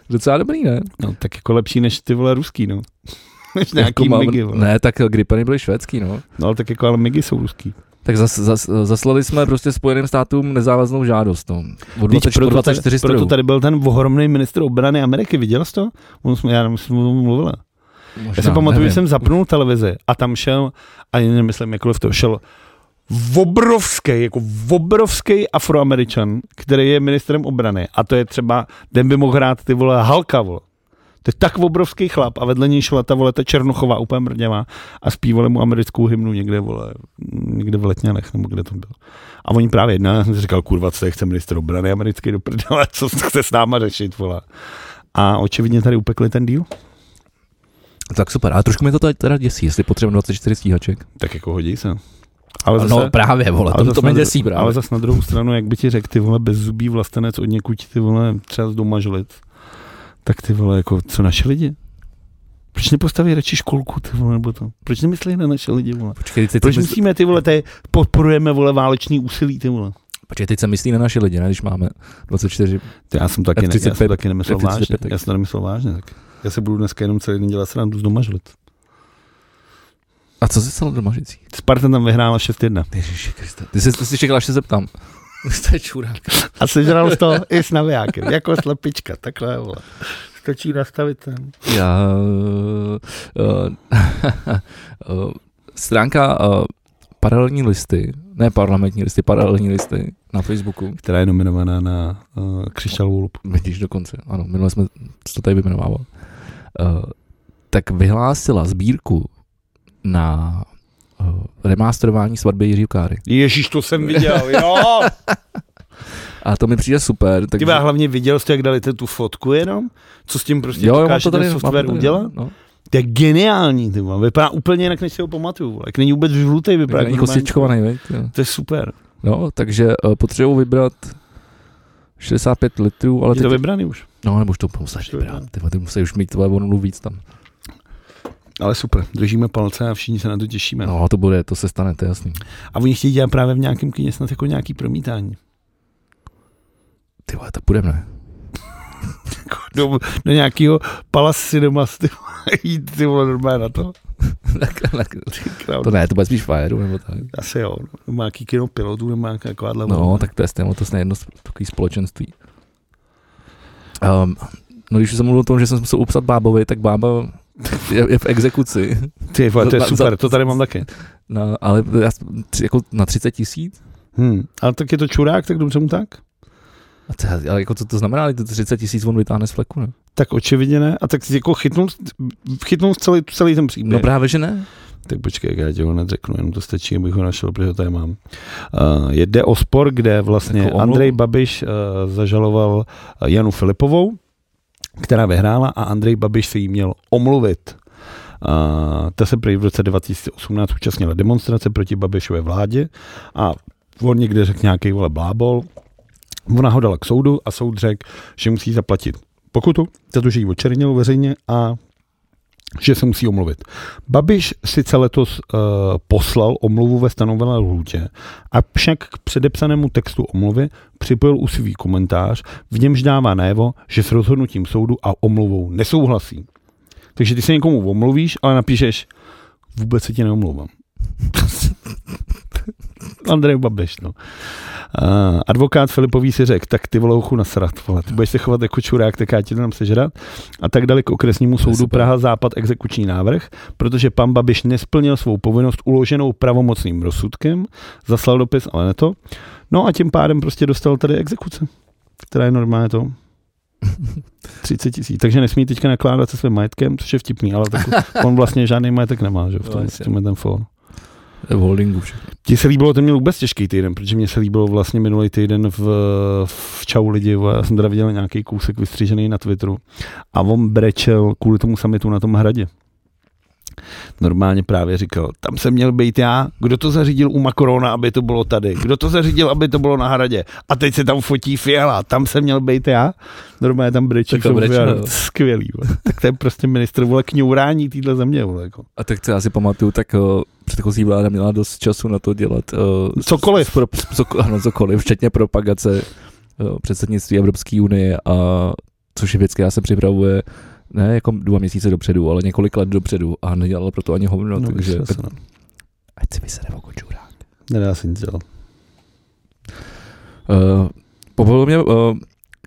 B: Docela dobrý, ne?
A: No, tak jako lepší než ty, vole, ruský, no. Než nějaký
B: Jako mám-
A: migy, vole.
B: Ne, tak Gripeny byly švédský, no.
A: No, ale tak jako, ale migy jsou ruský.
B: Tak zas, zas, zaslali jsme prostě Spojeným státům nezávaznou žádost. No. O
A: Vždyť
B: 24,
A: proto, tady,
B: 24
A: proto
B: strojů.
A: tady byl ten ohromný ministr obrany Ameriky, viděl jsi to? On, jsme- já nevím, jestli jsme o tom mluvila.
B: Možná,
A: Já si pamatuju, že
B: nevím.
A: jsem zapnul televizi a tam šel, a já nemyslím, jakkoliv to šel, obrovský, jako obrovský afroameričan, který je ministrem obrany. A to je třeba, ten by mohl hrát ty vole Halka, vole. To je tak obrovský chlap a vedle něj šla ta vole ta Černochová úplně mrděvá a zpívali mu americkou hymnu někde vole, někde v Letňanech nebo kde to bylo. A oni právě jednali, já jsem si říkal, kurva, co je, chce ministr obrany americký do prdele, co chce s náma řešit, vole. A očividně tady upekli ten díl,
B: Tak super, ale trošku mi to tady teda děsí, jestli potřebujeme 24 stíhaček.
A: tak jako hodí se. Ale
B: no právě, vole, to,
A: zas
B: to mě
A: na dru-
B: děsí právě.
A: Ale zas na druhou stranu, jak by ti řekl, ty vole, bez zubí vlastenec od někud ty vole třeba z doma žlit, tak ty vole, jako, co naše lidi? Proč nepostaví radši školku, ty vole, nebo to? Proč nemyslí na naše lidi, vole?
B: Počkej, teď,
A: Proč
B: se myslí,
A: musíme, ty vole, tady podporujeme, vole, válečný úsilí, ty vole?
B: počkej, teď se myslí na naše lidi, ne, když máme 24.
A: To já jsem taky, ne, já jsem
B: F35,
A: taky nemyslel
B: F35.
A: vážně, já jsem to nemyslel vážně, tak. Já se budu dneska jenom celý den dělat srandu z doma žlit.
B: A co se stalo do Mažicí?
A: Sparta tam vyhrála 6-1.
B: Ježiši Krista. Ty jsi, ty jsi čekal, až se zeptám. to je čurák.
A: A sežral jsi to i s navijákem, jako slepička, takhle, vole. Stačí nastavit ten.
B: Já... Uh, uh, stránka uh, paralelní listy, ne parlamentní listy, paralelní listy na Facebooku.
A: která je nominovaná na uh, Křišťálovou lupu.
B: Vidíš dokonce, ano, minule jsme to tady vyjmenovával. Uh, tak vyhlásila sbírku na uh, remasterování svatby Jiřího Káry.
A: Ježíš, to jsem viděl, jo!
B: A to mi přijde super.
A: Takže...
B: Takže...
A: já hlavně viděl jste, jak dali tu- tu fotku jenom, co s tím prostě
B: jo, jo, mám
A: dokáže
B: to tady,
A: ten
B: mám to
A: software
B: tady,
A: udělat.
B: No.
A: To je geniální, ty vole. vypadá úplně jinak, než si ho pamatuju, vole. jak není vůbec žlutý, vypadá
B: Není
A: jak normální.
B: kostičkovaný, veď? jo.
A: To je super,
B: No, takže uh, potřebuji vybrat 65 litrů, ale
A: ale je
B: ty,
A: to vybraný už,
B: no, nebo už to musíš
A: to
B: vybrat,
A: vybrám.
B: ty, vole, ty musíš už mít tvoje vonulu víc tam.
A: ale super, držíme palce a všichni se na to těšíme. No.
B: No, to bude, to se stane, to je jasný.
A: A oni chtějí dělat právě v nějakém kyně snad jako nějaký promítání.
B: Ty vole, tak půjdeme, ne?
A: Do, do nějakého Palace Cinema, ty vole, jít ty vole normálně na to.
B: Tak- tak-
A: Král.
B: to ne, to bude spíš Fireu nebo tak.
A: Asi jo, no. má jaký kino pilotů, nebo nějaká takováhle
B: No, tak to je stejno, to je jedno z- takový společenství. Ehm, Um, no, když už jsem mluvil o tom, že jsem musel upsat bábovi, tak bába je, je v exekuci.
A: Ty, vole, to je
B: Za- za-
A: super, to tady mám taky.
B: No, ale já, tři- jako na 30 tisíc?
A: Hmm. Ale tak je to čurák, tak dobře mu tak?
B: A to, ale jako co to znamená, ale to 30 tisíc on vytáhne z fleku, ne?
A: Tak očividně ne. A tak jako chytnul, chytnul celý, celý ten příběh.
B: No právě, že ne.
A: Tak počkej, jak já ti ho hned řeknu, jenom to stačí, abych ho našel, protože ho tady mám. Uh, jde o spor, kde vlastně
B: Takovou omluvu.
A: Andrej Babiš uh, zažaloval eh, Janu Filipovou, která vyhrála a Andrej Babiš se jí měl omluvit. Uh, ta se prý v roce 2018 účastnila demonstrace proti Babišové vládě a on někde řekl nějaký vole blábol. Ona ho dala k soudu a soud řekl, že musí zaplatit pokutu, za to, že ji očernil veřejně a že se musí omluvit. Babiš sice letos uh, poslal omluvu ve stanovené lhůtě, a však k předepsanému textu omluvy připojil úsivý komentář, v němž dává najevo, že s rozhodnutím soudu a omluvou nesouhlasí. Takže ty se někomu omluvíš, ale napíšeš, vůbec se ti neomlouvám. Andrej Babiš, no. Uh, advokát Filipový si řekl, tak ty volouchu nasrat, vole, ty budeš se chovat jako čurák, tak já ti to dám sežrat. A tak dali k okresnímu
B: je
A: soudu
B: super.
A: Praha Západ exekuční návrh, protože pan Babiš nesplnil svou povinnost uloženou pravomocným rozsudkem, zaslal dopis, ale ne to. No a tím pádem prostě dostal tady exekuce, která je normálně to 30 tisíc. Takže nesmí teďka nakládat se svým majetkem, což je vtipný, ale tak on vlastně žádný majetek nemá, že jo, v tom,
B: No,
A: s tím je ten fór.
B: V holdingu všechno.
A: Ti se líbilo, ten měl vůbec těžký týden, protože mě se líbilo vlastně minulý týden v, v Čau lidi, vole, já jsem teda viděl nějaký kousek vystřížený na Twitteru a on brečel kvůli tomu samitu na tom hradě. Normálně právě říkal, tam jsem měl být já, kdo to zařídil u Makrona, aby to bylo tady, kdo to zařídil, aby to bylo na hradě a teď se tam fotí Fiala, tam jsem měl být já, normálně tam brečí,
B: Tak to
A: v tom
B: brečel,
A: Fiala.
B: jo.
A: skvělý, vole. tak to je prostě ministr, vole, kňourání týhle země, vole, jako.
B: A tak co já si pamatuju, tak o, předchozí vláda měla dost času na to dělat. eh, o, s-
A: Cokoliv.
B: s- Pro, co, ano, cokoliv, včetně propagace o, předsednictví Evropské unie, a což je věc, která se připravuje ne jako dva měsíce dopředu, ale několik let dopředu a nedělala proto ani hovno, no, takže
A: vysral
B: tak,
A: se, no.
B: ať si vysere jako čurák.
A: Nedá se nic dělat.
B: Uh, pobavil mě uh,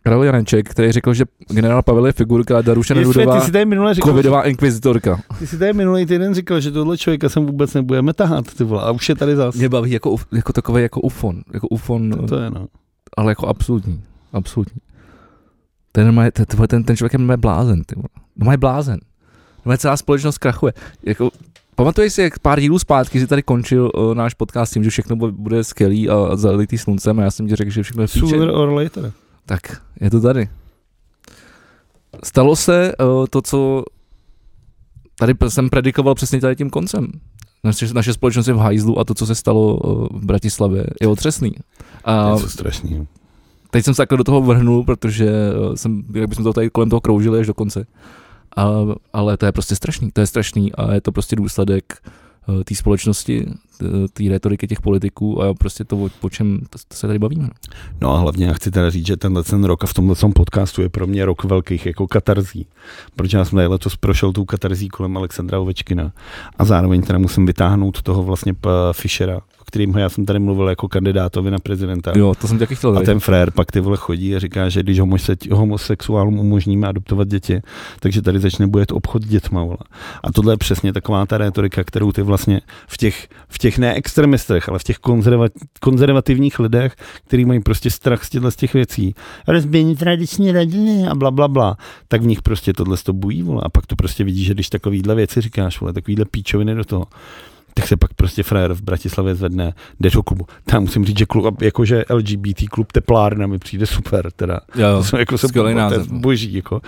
B: Karel Janeček, který řekl, že generál Pavel je figurka Darušana
A: Jestli-
B: Rudová,
A: Ty si tady minule říkal,
B: covidová inkvizitorka.
A: Ty jsi tady minulý týden říkal, že tohle člověka sem vůbec nebudeme tahat, ty vole, a už je tady zas.
B: Mě baví jako, uf- jako takový jako ufon, jako ufon,
A: To, to je no.
B: ale jako absolutní, absolutní. Ten, má, ten, ten, ten člověk je normálně blázen, ty vole. No je blázen. No celá společnost krachuje. Jako, pamatuješ si, jak pár dílů zpátky si tady končil uh, náš podcast tím, že všechno bu- bude skvělý a zalitý sluncem a já jsem ti řekl, že všechno je v píči.
A: Sooner or later.
B: Tak, je to tady. Stalo se uh, to, co tady p- jsem predikoval přesně tady tím koncem. Naše, naše společnost je v hajzlu a to, co se stalo uh, v Bratislavě, je otřesný. A
A: strašný.
B: teď jsem se takhle do toho vrhnul, protože uh, jsem, jak bychom to tady kolem toho kroužili až do konce. A, ale to je prostě strašný, to je strašný a je to prostě důsledek uh, té společnosti, t- té retoriky těch politiků a prostě to, o, o čem to, to se tady bavíme. No.
A: No a hlavně já chci teda říct, že tenhle ten rok a v tomhle tom podcastu je pro mě rok velkých jako katarzí. Protože já jsem tady letos prošel tou katarzí kolem Alexandra Ovečkina a zároveň teda musím vytáhnout toho vlastně p- Fischera, o kterým já jsem tady mluvil jako kandidátovi na prezidenta.
B: Jo, to jsem taky chtěl
A: A
B: tady.
A: ten frér pak ty vole chodí a říká, že když homose- homosexuálům umožníme adoptovat děti, takže tady začne bude obchod s dětma. Vole. A tohle je přesně taková ta retorika, kterou ty vlastně v těch, v těch ne extremistech, ale v těch konzerva, konzervativních lidech, kteří mají prostě strach z těchto z těch věcí, rozbění tradiční rodiny a bla, bla, bla, tak v nich prostě tohle to bují, vole. A pak to prostě vidíš, že když takovýhle věci říkáš, vole, takovýhle píčoviny do toho, tak se pak prostě frajer v Bratislavě zvedne, jde do klubu. Tam musím říct, že klub, jakože LGBT klub teplárna mi přijde super, teda.
B: jo, jo.
A: To jsou jako se
B: skvělý
A: to je
B: název.
A: boží, jako.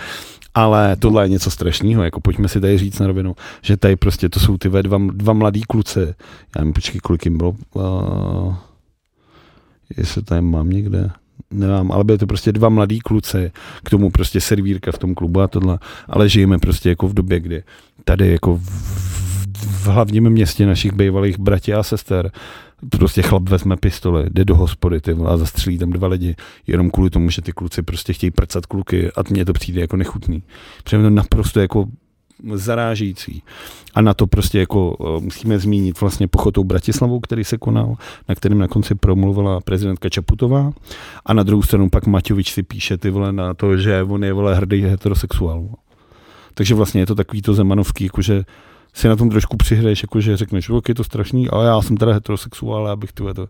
A: Ale tohle je něco strašného, jako pojďme si tady říct na rovinu, že tady prostě to jsou ty ve dva, dva mladí kluci. Já nevím, počkej, kolik jim bylo. Uh, jestli to tady mám někde. Nemám, ale byly to prostě dva mladí kluci, k tomu prostě servírka v tom klubu a tohle, ale žijeme prostě jako v době, kdy tady jako v, v, v hlavním městě našich bývalých bratí a sester prostě chlap vezme pistoli, jde do hospody ty vole, a zastřelí tam dva lidi jenom kvůli tomu, že ty kluci prostě chtějí prcat kluky a mně to přijde jako nechutný. Přijde mi to naprosto jako zarážící. A na to prostě jako eh, musíme zmínit vlastně pochotou Bratislavou, který se konal, na kterém na konci promluvila prezidentka Čaputová a na druhou stranu pak Maťovič si píše ty vole na to, že on je vole hrdý heterosexuál. Takže vlastně je to takový to zemanovský, jakože si na tom trošku přihraješ, jakože řekneš, ok, je to strašný, ale já jsem teda heterosexuál, já bych tyhle to.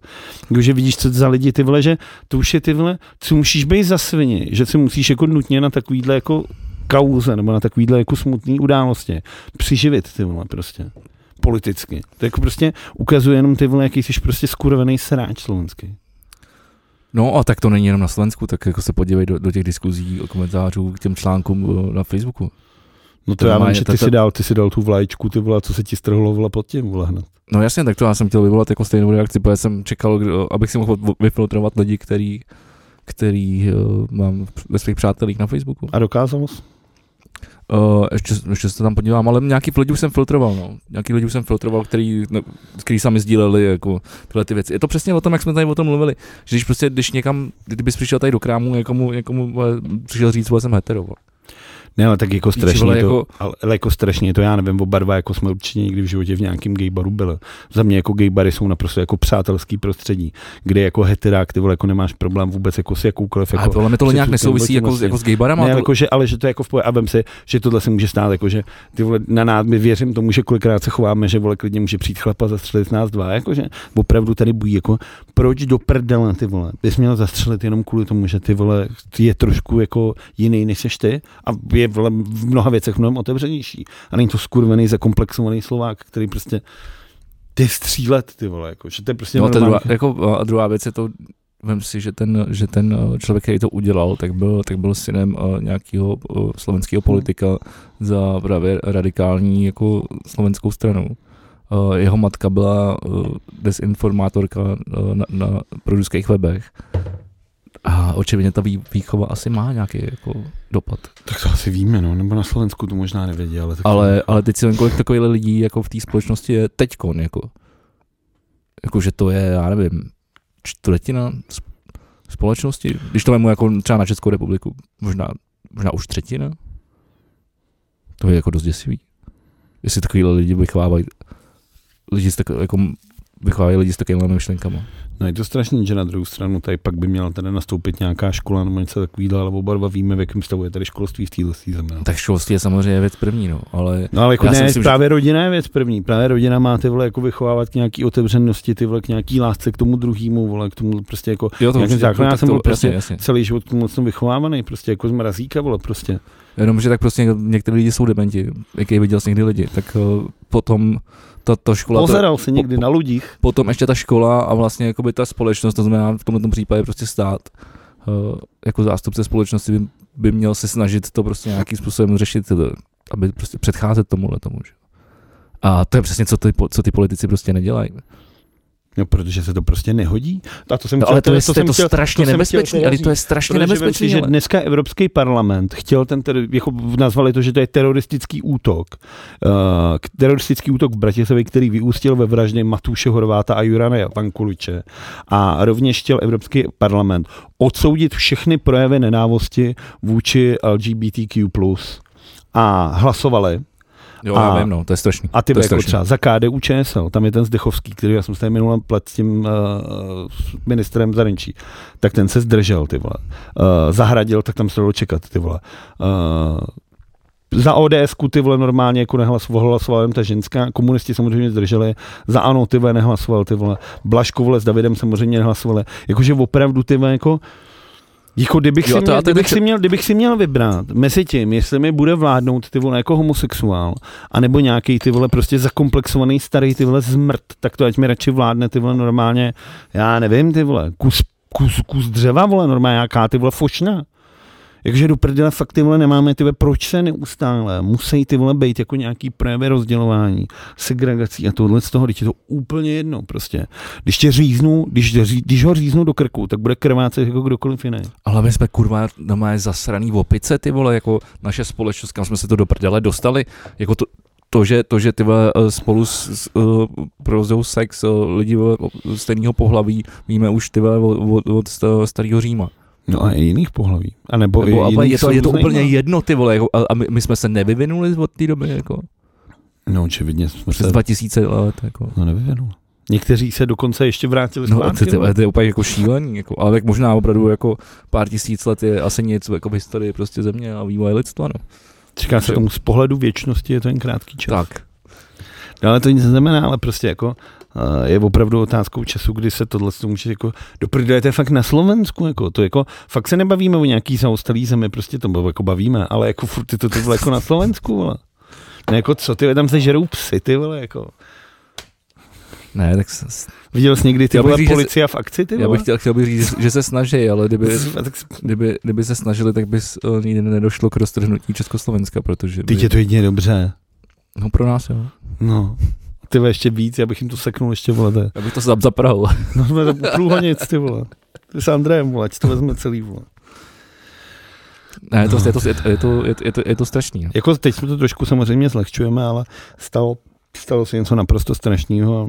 A: Takže vidíš, co za lidi ty vole, že to už je ty vole, co musíš být za svině, že si musíš jako nutně na takovýhle jako kauze nebo na takovýhle jako smutný události přiživit ty vole prostě politicky. To jako prostě ukazuje jenom ty vole, jaký jsi prostě skurvený sráč slovenský.
B: No a tak to není jenom na Slovensku, tak jako se podívej do, do těch diskuzí, komentářů k těm článkům eh, na Facebooku.
A: No to,
B: To
A: já
B: má-
A: vím, že
B: to-
A: ty
B: to-
A: si dal, ty si dal tu vlaječku, ty vole, co se ti strhlo vole pod tím vole hned.
B: No jasně, tak to já jsem chtěl vyvolat jako stejnou reakci, protože jsem čekal, kdo, abych si mohl vo- vyfiltrovat lidi, který, který uh, mám ve svých přátelích na Facebooku.
A: A dokázal jsi?
B: Uh, ještě, ještě se tam podívám, ale nějaký lidi už jsem filtroval, no. Nějaký lidi už jsem filtroval, který, no, který sami sdíleli, jako tyhle ty věci. Je to přesně o tom, jak jsme tady o tom mluvili, že když prostě, když někam, kdybys přišel tady do krámu, někomu, někomu vole, přišel říct, že jsem hetero, vole.
A: Ne, ale tak jako
B: Ty vole,
A: strašně to,
B: jako-
A: jako... Ale, ale jako strašně to, já nevím, oba dva, jako jsme určitě někdy v životě v nějakém gay baru byli. Za mě jako gay bary jsou naprosto jako přátelský prostředí, kde jako heterák, ty vole, jako nemáš problém vůbec jako s jakoukoliv
B: ale
A: jako
B: podle mě tohle
A: před
B: nějak
A: tím
B: nesouvisí jako,
A: oblečenosti.
B: jako s gaybarama.
A: Ne,
B: to-
A: ale, jako, že, ale že to je jako v poje, a vem si, že tohle se může stát, jako že ty vole, na nás, my věřím tomu, že kolikrát se chováme, že vole, klidně může přijít chlapa zastřelit nás dva, jako že opravdu tady bují, jako proč do prdele ty vole, bys měl zastřelit jenom kvůli tomu, že ty vole je trošku jako jiný než seš ty a je vole, v mnoha věcech mnohem otevřenější a není to skurvený, zakomplexovaný Slovák, který prostě ty střílet, ty vole, jako, že to je prostě
B: No, to je druhá,
A: normální-
B: jako, a druhá věc je to, vím si, že ten, že ten eh, člověk, který to udělal, tak byl, tak byl synem eh, nějakého eh, slovenského politika za právě radikální jako slovenskou stranu. Eh, Jeho matka byla eh, desinformátorka eh, na, na produských webech. A očividně ta vý- výchova asi má nějaký jako dopad.
A: Tak to asi víme, no, nebo na Slovensku to možná nevědí, ale tak
B: Ale, ale teď si vím, kolik takových lidí jako v té společnosti je teďkon, jako. Jako, že to je, já nevím, čtvrtina s- společnosti, když to vemu jako třeba na Českou republiku, možná, možná už třetina. To je jako dost děsivý. Jestli takový lidi vychovávají lidi s takovým, jako vychovávají lidi s takovými myšlenkami.
A: No je to strašný, že na druhou stranu tady pak by měla tady nastoupit nějaká škola nebo něco takového, ale oba dva víme, v jakém stavu je tady školství v této zemi.
B: Tak školství je samozřejmě věc první, no, ale
A: No ale jako
B: Já si
A: ne,
B: myslím, že-
A: právě rodina je věc první. Právě rodina má ty vole jako vychovávat k nějaký otevřenosti, ty vole k nějaký lásce k tomu druhému, vole k tomu prostě jako
B: jo, to
A: Nějakým
B: určitě,
A: zákonem
B: to-
A: já
B: tak
A: jsem
B: to-
A: byl prostě-
B: jasně, jasně.
A: celý život k tomu jsem vychovávaný, prostě jako z mrazíka, vole prostě.
B: Jenom, že tak prostě něk- některý lidi jsou dementi, jaký viděl jsi někdy lidi, tak eh, potom ta, ta škola, to,
A: Pozeral se někdy na ludích.
B: potom ještě ta škola a vlastně jakoby ta společnost, to znamená v tomto případě prostě stát, eh, jako zástupce společnosti by, by měl se snažit to prostě nějakým způsobem řešit, eh, aby prostě předcházet tomuhle tomu. Že? A to je přesně, co ty, po- co ty politici prostě nedělají.
A: No, protože se to prostě nehodí. A to jsem
B: No,
A: chtěl-
B: ale to je, to, je
A: jsem
B: to
A: chtěl-
B: strašně
A: to jsem chtěl
B: nebezpečný,
A: teda
B: ale to je strašně
A: Protože vem si,
B: nebezpečný.
A: že
B: ale-
A: dneska Evropský parlament chtěl ten, ter- jako nazvali to, že to je teroristický útok. Uh, teroristický útok v Bratislavě, který vyústil ve vraždě Matuše Horváta a Jurana Vankuliče. A rovněž chtěl Evropský parlament odsoudit všechny projevy nenávosti vůči LGBTQ+. A hlasovali,
B: Jo, já
A: a-
B: vím, no, to je strašný.
A: a ty
B: to je
A: jako
B: strašný.
A: třeba za KDU ČSL, tam je ten Zdechovský, který já jsem se tady minule plet s tím uh, ministrem zahraničí, tak ten se zdržel, ty vole. Uh, zahradil, tak tam se dalo čekat, ty vole. Uh, za ods ty vole normálně jako nehlasoval, hlasovala jen ta ženská, komunisti samozřejmě zdrželi, za ANO ty vole nehlasoval, ty vole, Blažko vole s Davidem samozřejmě nehlasovali, jakože opravdu ty vole jako jako kdybych,
B: Jo,
A: jo, si,
B: to já
A: měl,
B: teď-
A: kdybych, si měl, kdybych si měl vybrat mezi tím, jestli mi bude vládnout ty vole jako homosexuál, anebo nějaký ty vole prostě zakomplexovaný starý ty vole zmrt, tak to ať mi radši vládne ty vole normálně, já nevím ty vole, kus, kus, kus dřeva vole normálně, nějaká ty vole fošna. Jakže do prdele fakt ty vole nemáme, ty vole, proč se neustále musí ty vole být jako nějaký projevy rozdělování, segregací a tohle z toho, když je to úplně jedno prostě. Když tě říznu, když, tě, ří- když ho říznu do krku, tak bude krvácet jako kdokoliv jiný.
B: Ale my jsme kurva normálně zasraný v opice, ty vole, jako naše společnost, kam jsme se to do prdele dostali, jako to, to, že, to, že ty vole, eh, spolu s, s uh, provozou sex uh, lidi vole, o- stejného pohlaví, víme už ty vole, od, od, od starého Říma.
A: No a i jiných pohlaví. A nebo,
B: Nebo,
A: i
B: ale
A: jiných
B: je to, je to
A: samozřejmě.
B: úplně jedno, ty vole, jako, a, a my, my, jsme se nevyvinuli od té doby, jako,
A: No očividně jsme
B: přes
A: se
B: 2000 let, jako.
A: no, nevyvinuli. Někteří se dokonce ještě vrátili
B: No,
A: zpátky.
B: ty, ty, vole, to je úplně jako šílený, jako, ale tak možná opravdu jako pár tisíc let je asi něco jako v historii prostě země a vývoje lidstva, no.
A: Říká se tomu z pohledu věčnosti je to jen krátký čas.
B: Tak.
A: No, ale to nic neznamená, ale prostě jako eh, je opravdu otázkou času, kdy se tohle to může jako do prdele, to je fakt na Slovensku, jako to jako, fakt se nebavíme o nějaký zaostalý zemi, prostě to jako bavíme, ale jako furt je to, to bylo jako na Slovensku, vole. No jako co, ty vole, tam se žerou psy, ty vole, jako.
B: Ne, tak s- s-
A: Viděl jsi někdy ty
B: Já bych
A: vole
B: říct, že se-
A: policia v akci, ty
B: já
A: vole?
B: bych chtěl, chtěl bych říct, že se snaží, ale kdyby,
A: A tak s-
B: kdyby, kdyby se snažili, tak by s- eh, nikdy nedošlo k roztrhnutí Československa, protože by,
A: Teď je to jedině dobře.
B: no pro nás jo.
A: No. Ty vole, ještě víc, já bych jim to seknul ještě, vole, to je-
B: Já bych to zap zaprahol.
A: No jsme za průhonic, ty vole. Ty s Andrejem, vole, ať to vezme celý, vole.
B: Ne, je to, je to, je to, je to, je to, je to, je to strašný. jo.
A: Jako teď jsme to trošku samozřejmě zlehčujeme, ale stalo, stalo se něco naprosto strašného a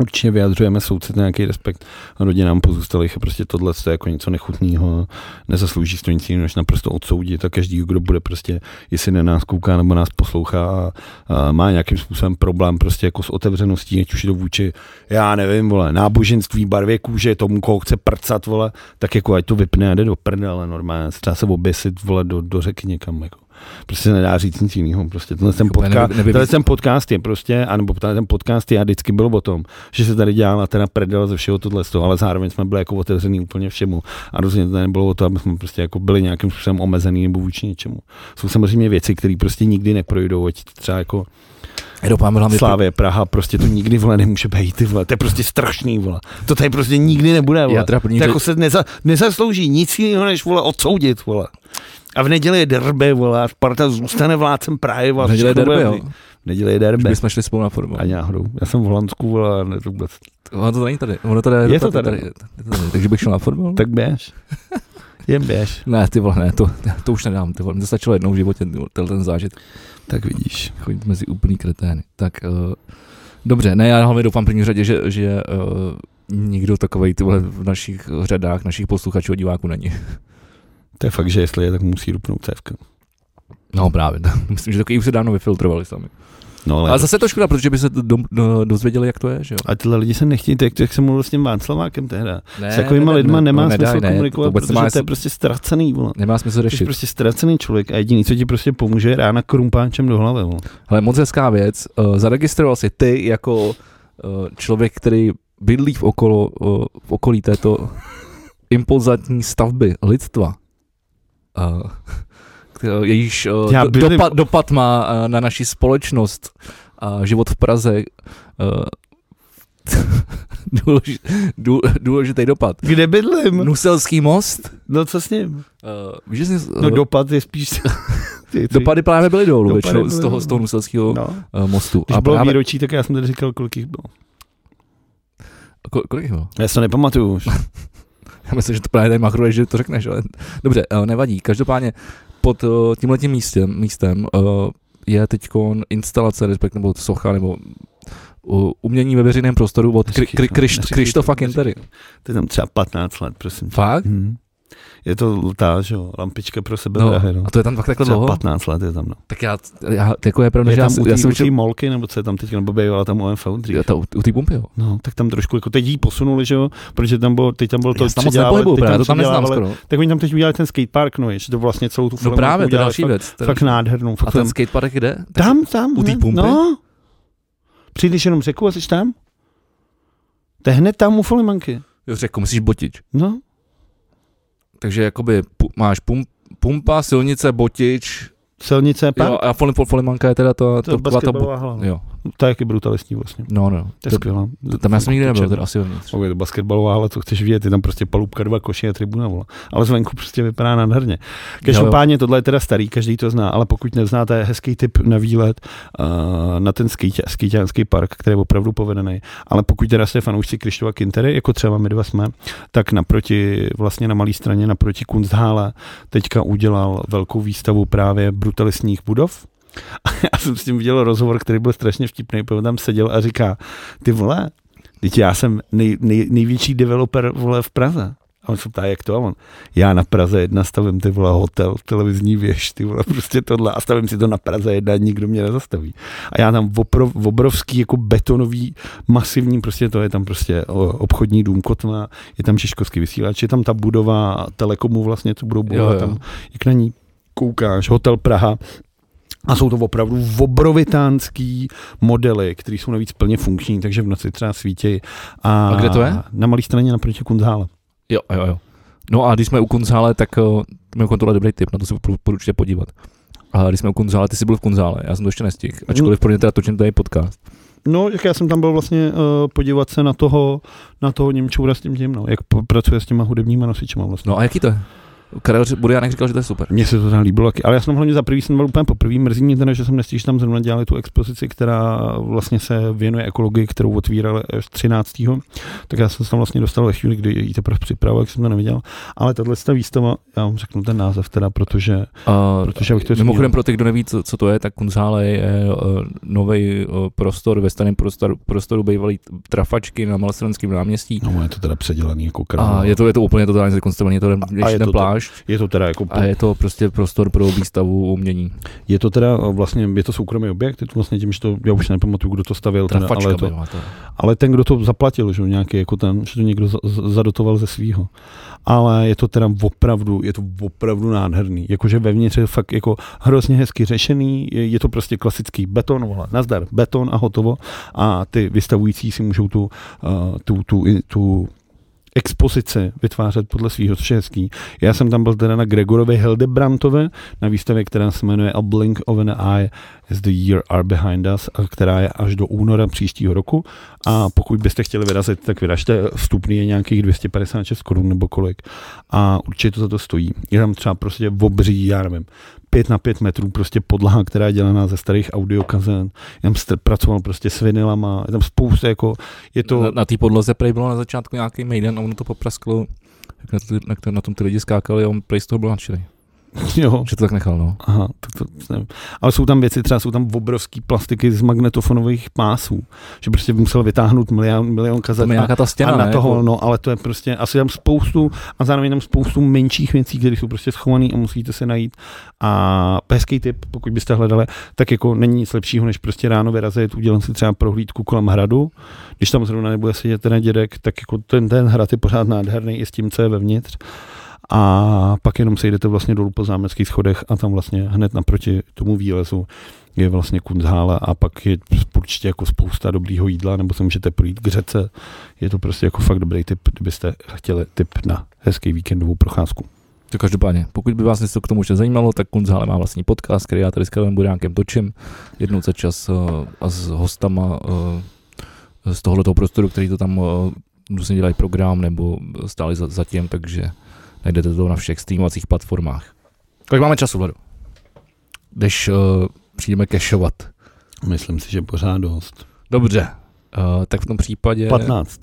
A: určitě vyjadřujeme soucit nějaký respekt rodinám pozůstalých a prostě tohle to je jako něco nechutného nezaslouží si to nic jiného, než naprosto odsoudit a každý, kdo bude prostě, jestli na nás kouká nebo nás poslouchá a, a má nějakým způsobem problém prostě jako s otevřeností, ať už je to vůči, já nevím, vole, náboženství, barvě kůže, tomu, koho chce prcat, vole, tak jako ať to vypne a jde do prdele normálně, třeba se oběsit, vole, do, do řeky někam, jako. Prostě se nedá říct nic jiného. Prostě tenhle ten,
B: Jako neby-
A: podcast,
B: neby-
A: tenhle ten podcast je prostě, anebo tenhle ten podcast je a vždycky byl o tom, že se tady dělala teda prdel ze všeho tohle z toho, ale zároveň jsme byli jako otevřený úplně všemu. A rozhodně to nebylo o to, aby jsme prostě jako byli nějakým způsobem omezený nebo vůči něčemu. Jsou samozřejmě věci, které prostě nikdy neprojdou, ať třeba jako
B: Doufám, hlavně
A: Slávě Praha, prostě to nikdy vole nemůže být, ty vole, to je prostě strašný vole. To tady prostě nikdy nebude, vole.
B: Já teda první,
A: To
B: že-
A: jako se neza, nezaslouží nic jiného, než vole odsoudit, vole. A v neděli je derby, vole, a Sparta zůstane vládcem Prahy, vole.
B: v neděli je
A: všechno
B: derby,
A: bude
B: jo.
A: dobrý. V neděli je
B: Už
A: derby.
B: bychom šli spolu na fotbal.
A: A náhodou. Já jsem v Holandsku, vole, a ne, to vůbec.
B: Ono to není tady. Ono tady
A: Je to tady.
B: je to tady. Takže bych šel na fotbal?
A: Tak běž. Jen běž.
B: Ne, ty vole, ne, to, to už nedám, ty vole, mě to stačilo jednou v životě, ty vole, tenhle ten zážit,
A: Tak vidíš.
B: chodit mezi úplný kretény, tak uh, dobře, ne, já hlavně doufám v první řadě, že, že uh, nikdo takovej ty vole v našich řadách, našich posluchačů a diváků není.
A: To je fakt, že jestli je, tak musí rupnout cévka.
B: No právě, myslím, že takový už se dávno vyfiltrovali sami.
A: No ale...
B: Ale zase to škoda, protože by se do, do, dozvěděli, jak to je, že jo?
A: a tyhle lidi se nechtějí, tak jak jsem mluvil s tím Václavákem tehda.
B: Ne,
A: S takovýma lidma nemá
B: nedá,
A: smysl
B: ne,
A: komunikovat,
B: vůbec
A: protože
B: nemá,
A: to je prostě ztracený, vole.
B: nemá smysl
A: Ty jsi
B: řešit.
A: prostě ztracený člověk a jediný, co ti prostě pomůže, je rána krumpáčem do hlavy. Vole.
B: Ale moc hezká věc. Eh, Zaregistroval si ty jako eh, člověk, který bydlí v, okolo, eh, v okolí této impozantní stavby lidstva. Eh, k- eh, Jejíž eh,
A: Já
B: do-
A: bydlím-
B: dopad, dopad má eh, na naši společnost a život v Praze eh, důleži- dů- důležitý dopad.
A: Kde bydlím? No,
B: Nuselský most.
A: no co s ním?
B: eh, Víš, že jsi-
A: No
B: eh,
A: dopad je spíš... ty, ty.
B: dopady právě byly dolů
A: Dopady
B: většinou
A: byly
B: z toho,
A: dolů.
B: z toho Nuselského
A: No.
B: eh, mostu.
A: Když bylo
B: právě-
A: výročí, tak já jsem tady říkal, kolik jich bylo.
B: ko- kolik jich bylo?
A: Já si to nepamatuju už.
B: Já myslím, že to právě tady machruje, že to řekneš, ale dobře, eh, nevadí. Každopádně pod eh, tímhletím místem, místem eh, je teď instalace, respektive nebo socha, nebo eh, umění ve veřejném prostoru od Kri-
A: Neříkej
B: Kri-
A: to,
B: Kriš-
A: neříkej
B: Krištofa
A: to, neříkej.
B: Kintery.
A: To je tam třeba 15 let, prosím. tě.
B: Fakt?
A: Mhm. Je to ta, že jo, lampička pro sebe no,
B: No,
A: drahé, no.
B: a to je tam fakt takhle
A: Třeba
B: dlouho?
A: 15 let je tam, no.
B: Tak já, já jako je pravda,
A: je
B: že já,
A: tam u
B: jsem-
A: tý-
B: já jsem
A: u té
B: učil
A: molky, nebo co je tam teď, nebo bývala tam OMV dřív.
B: Jo, ta- u- u té pumpy, jo.
A: No, tak tam trošku, jako teď jí posunuli, že jo, protože tam bylo, teď tam bylo to,
B: já se tam moc
A: předělávali-
B: nepohybuju,
A: teď
B: právě, to tam neznám
A: předělávali-
B: skoro.
A: Tak oni tam teď udělali ten skatepark, no, ještě to vlastně celou tu
B: No
A: filmu
B: právě, to je
A: udělali
B: další
A: fakt,
B: věc. ten-
A: Fakt nádhernou. Fakt
B: A ten
A: tam-
B: skatepark kde?
A: tam, tam.
B: u té
A: ne?
B: pumpy?
A: No. Přijdeš jenom řeku a jsi tam? To je hned tam u Folimanky.
B: Jo, řekl, musíš botič.
A: No,
B: Takže jakoby pu- máš pum- pumpa, silnice, botič,
A: silnice je
B: Jo,
A: park.
B: a Foli, Foli- Folimanka je teda to...
A: to je
B: taková ta bo-
A: basketbalová hala.
B: Jo,
A: To je jaký brutalistní vlastně.
B: no, no.
A: To je
B: To-
A: skvělá.
B: to- Tam já jsem nikdy nebyl,
A: Černý.
B: teda asi vevnitř.
A: Nebo je to basketbalová hala, co chceš vidět, je tam prostě palubka, dva koše a tribuna, vole. ale zvenku prostě vypadá nádherně. Každopádně tohle je teda starý, každý to zná, ale pokud neznáte, je hezký tip na výlet uh, na ten skýtě- skýťánský park, který je opravdu povedený, ale pokud teda jste fanoušci Krištova Kintery, jako třeba my dva jsme, tak naproti, vlastně na malé straně, naproti Kunsthále, teďka udělal velkou výstavu právě brutalistních budov, já jsem s tím viděl rozhovor, který byl strašně vtipný, protože on tam seděl a říká, ty vole, teď já jsem nej, nej, největší developer vole v Praze. A on se ptá, jak to? A on, já na Praze jedna stavím ty vole hotel, televizní věž, ty vole prostě tohle a stavím si to na Praze jedna, nikdo mě nezastaví. A já tam oprov, obrovský jako betonový, masivní, prostě to je tam prostě o, obchodní dům Kotva, je tam Češkovský vysílač, je tam ta budova Telekomu vlastně, co budou budovat
B: jo.
A: tam, jak na ní koukáš, hotel Praha, A jsou to opravdu obrovitánský modely, které jsou navíc plně funkční, takže v noci třeba svítí. A,
B: A kde to je?
A: Na malé straně naproti Kunzhále.
B: Jo, jo, jo. No a když jsme u Kunzále, tak eh, mimochodem tohle je dobrý tip, na to se po- určitě podívat. A když jsme u Kunzále, ty jsi byl v Kunzále, já jsem to ještě nestihl,
A: Mm.
B: ačkoliv pro ně teda točím tady podcast.
A: No, jak já jsem tam byl vlastně uh, podívat se na toho, na toho Němčoura s tím tím, no, jak p- pracuje s těma hudebníma nosičema vlastně.
B: No a jaký to je? Karel Ř- Buriánek říkal, že to je super.
A: Mně se to tam líbilo, taky, ale já jsem hlavně za prvý jsem byl úplně poprvý, mrzí mě teda, že jsem nestihl že tam zrovna dělali tu expozici, která vlastně se věnuje ekologii, kterou otvírali až 13. Tak já jsem se tam vlastně dostal ve chvíli, kdy ji teprve připravoval, jak jsem to neviděl. Ale tahle ta výstava, já vám řeknu ten název teda, protože
B: A,
A: Protože abych to zmínil.
B: mimochodem pro ty, kdo neví, co, co to je, tak Kunzále je uh, nový uh, prostor ve starém prostoru, prostoru bývalý trafačky na Malostranském náměstí.
A: No, je to teda předělaný jako král.
B: A je to, je to úplně totálně zrekonstruovaný, je to
A: a je
B: ten,
A: to
B: ten
A: to-
B: plášť
A: je to teda jako
B: a je to prostě prostor pro výstavu umění.
A: Je to teda eh, vlastně, je to soukromý objekt, je to vlastně tím, že to, já už nepamatuju, kdo to stavěl, ten, ale,
B: Trafačka
A: je to,
B: bývá to.
A: ale ten, kdo to zaplatil, že jo, nějaký jako ten, že to někdo za- za- zadotoval ze svýho. Ale je to teda opravdu, je to opravdu nádherný, jakože vevnitř je fakt jako hrozně hezky řešený, je, je to prostě klasický beton, vole, nazdar, beton a hotovo a ty vystavující si můžou tu, eh, tu, tu, i- tu expozici vytvářet podle svého, což je hezký. Já jsem tam byl teda na Gregorově Hildebrandtové na výstavě, která se jmenuje A Blink of an Eye is the Year Are Behind Us, a která je až do února příštího roku. A pokud byste chtěli vyrazit, tak vyražte. Vstupný je nějakých 256 korun nebo kolik. A určitě to za to stojí. Je tam třeba prostě obří, já nevím, 5 na 5 metrů prostě podlaha, která je dělaná ze starých audiokazen. Já jsem str- pracoval prostě s vinilama, je tam spousta jako, je to...
B: Na, na té podloze prej bylo na začátku nějaký mejden a ono to poprasklo, jak na, to, na, to, na tom ty lidi skákali a on prej z toho byl nadšený.
A: Jo.
B: Že to tak nechal, no.
A: Aha, tak to nevím. Ale jsou tam věci, třeba jsou tam obrovský plastiky z magnetofonových pásů, že prostě musel vytáhnout milion, milion kazet
B: Tam je
A: a,
B: nějaká ta stěna,
A: a na
B: ne?
A: toho,
B: Jako-
A: no, ale to je prostě, asi tam spoustu a zároveň tam spoustu menších věcí, které jsou prostě schované a musíte se najít. A hezký tip, pokud byste hledali, tak jako není nic lepšího, než prostě ráno vyrazit, udělat si třeba prohlídku kolem hradu, když tam zrovna nebude sedět ten dědek, tak jako ten, ten hrad je pořád nádherný i s tím, co je vevnitř. A pak jenom sejdete vlastně dolů po zámeckých schodech a tam vlastně hned naproti tomu výlezu je vlastně kunzhála a pak je určitě jako spousta dobrýho jídla, nebo se můžete projít k řece. Je to prostě jako fakt dobrý tip, kdybyste chtěli tip na hezký víkendovou procházku.
B: To každopádně, pokud by vás něco k tomu ještě zajímalo, tak Kunzále má vlastní podcast, který já tady s Karlem Buránkem točím jednou za čas eh, a s hostama eh, z tohoto prostoru, který to tam eh, různě dělají program nebo stáli za, za tím, takže najdete to na všech streamovacích platformách. Kolik máme času, Vladu? Když eh, přijdeme kešovat.
A: Myslím si, že pořád dost.
B: Dobře, eh, tak v tom případě...
A: 15.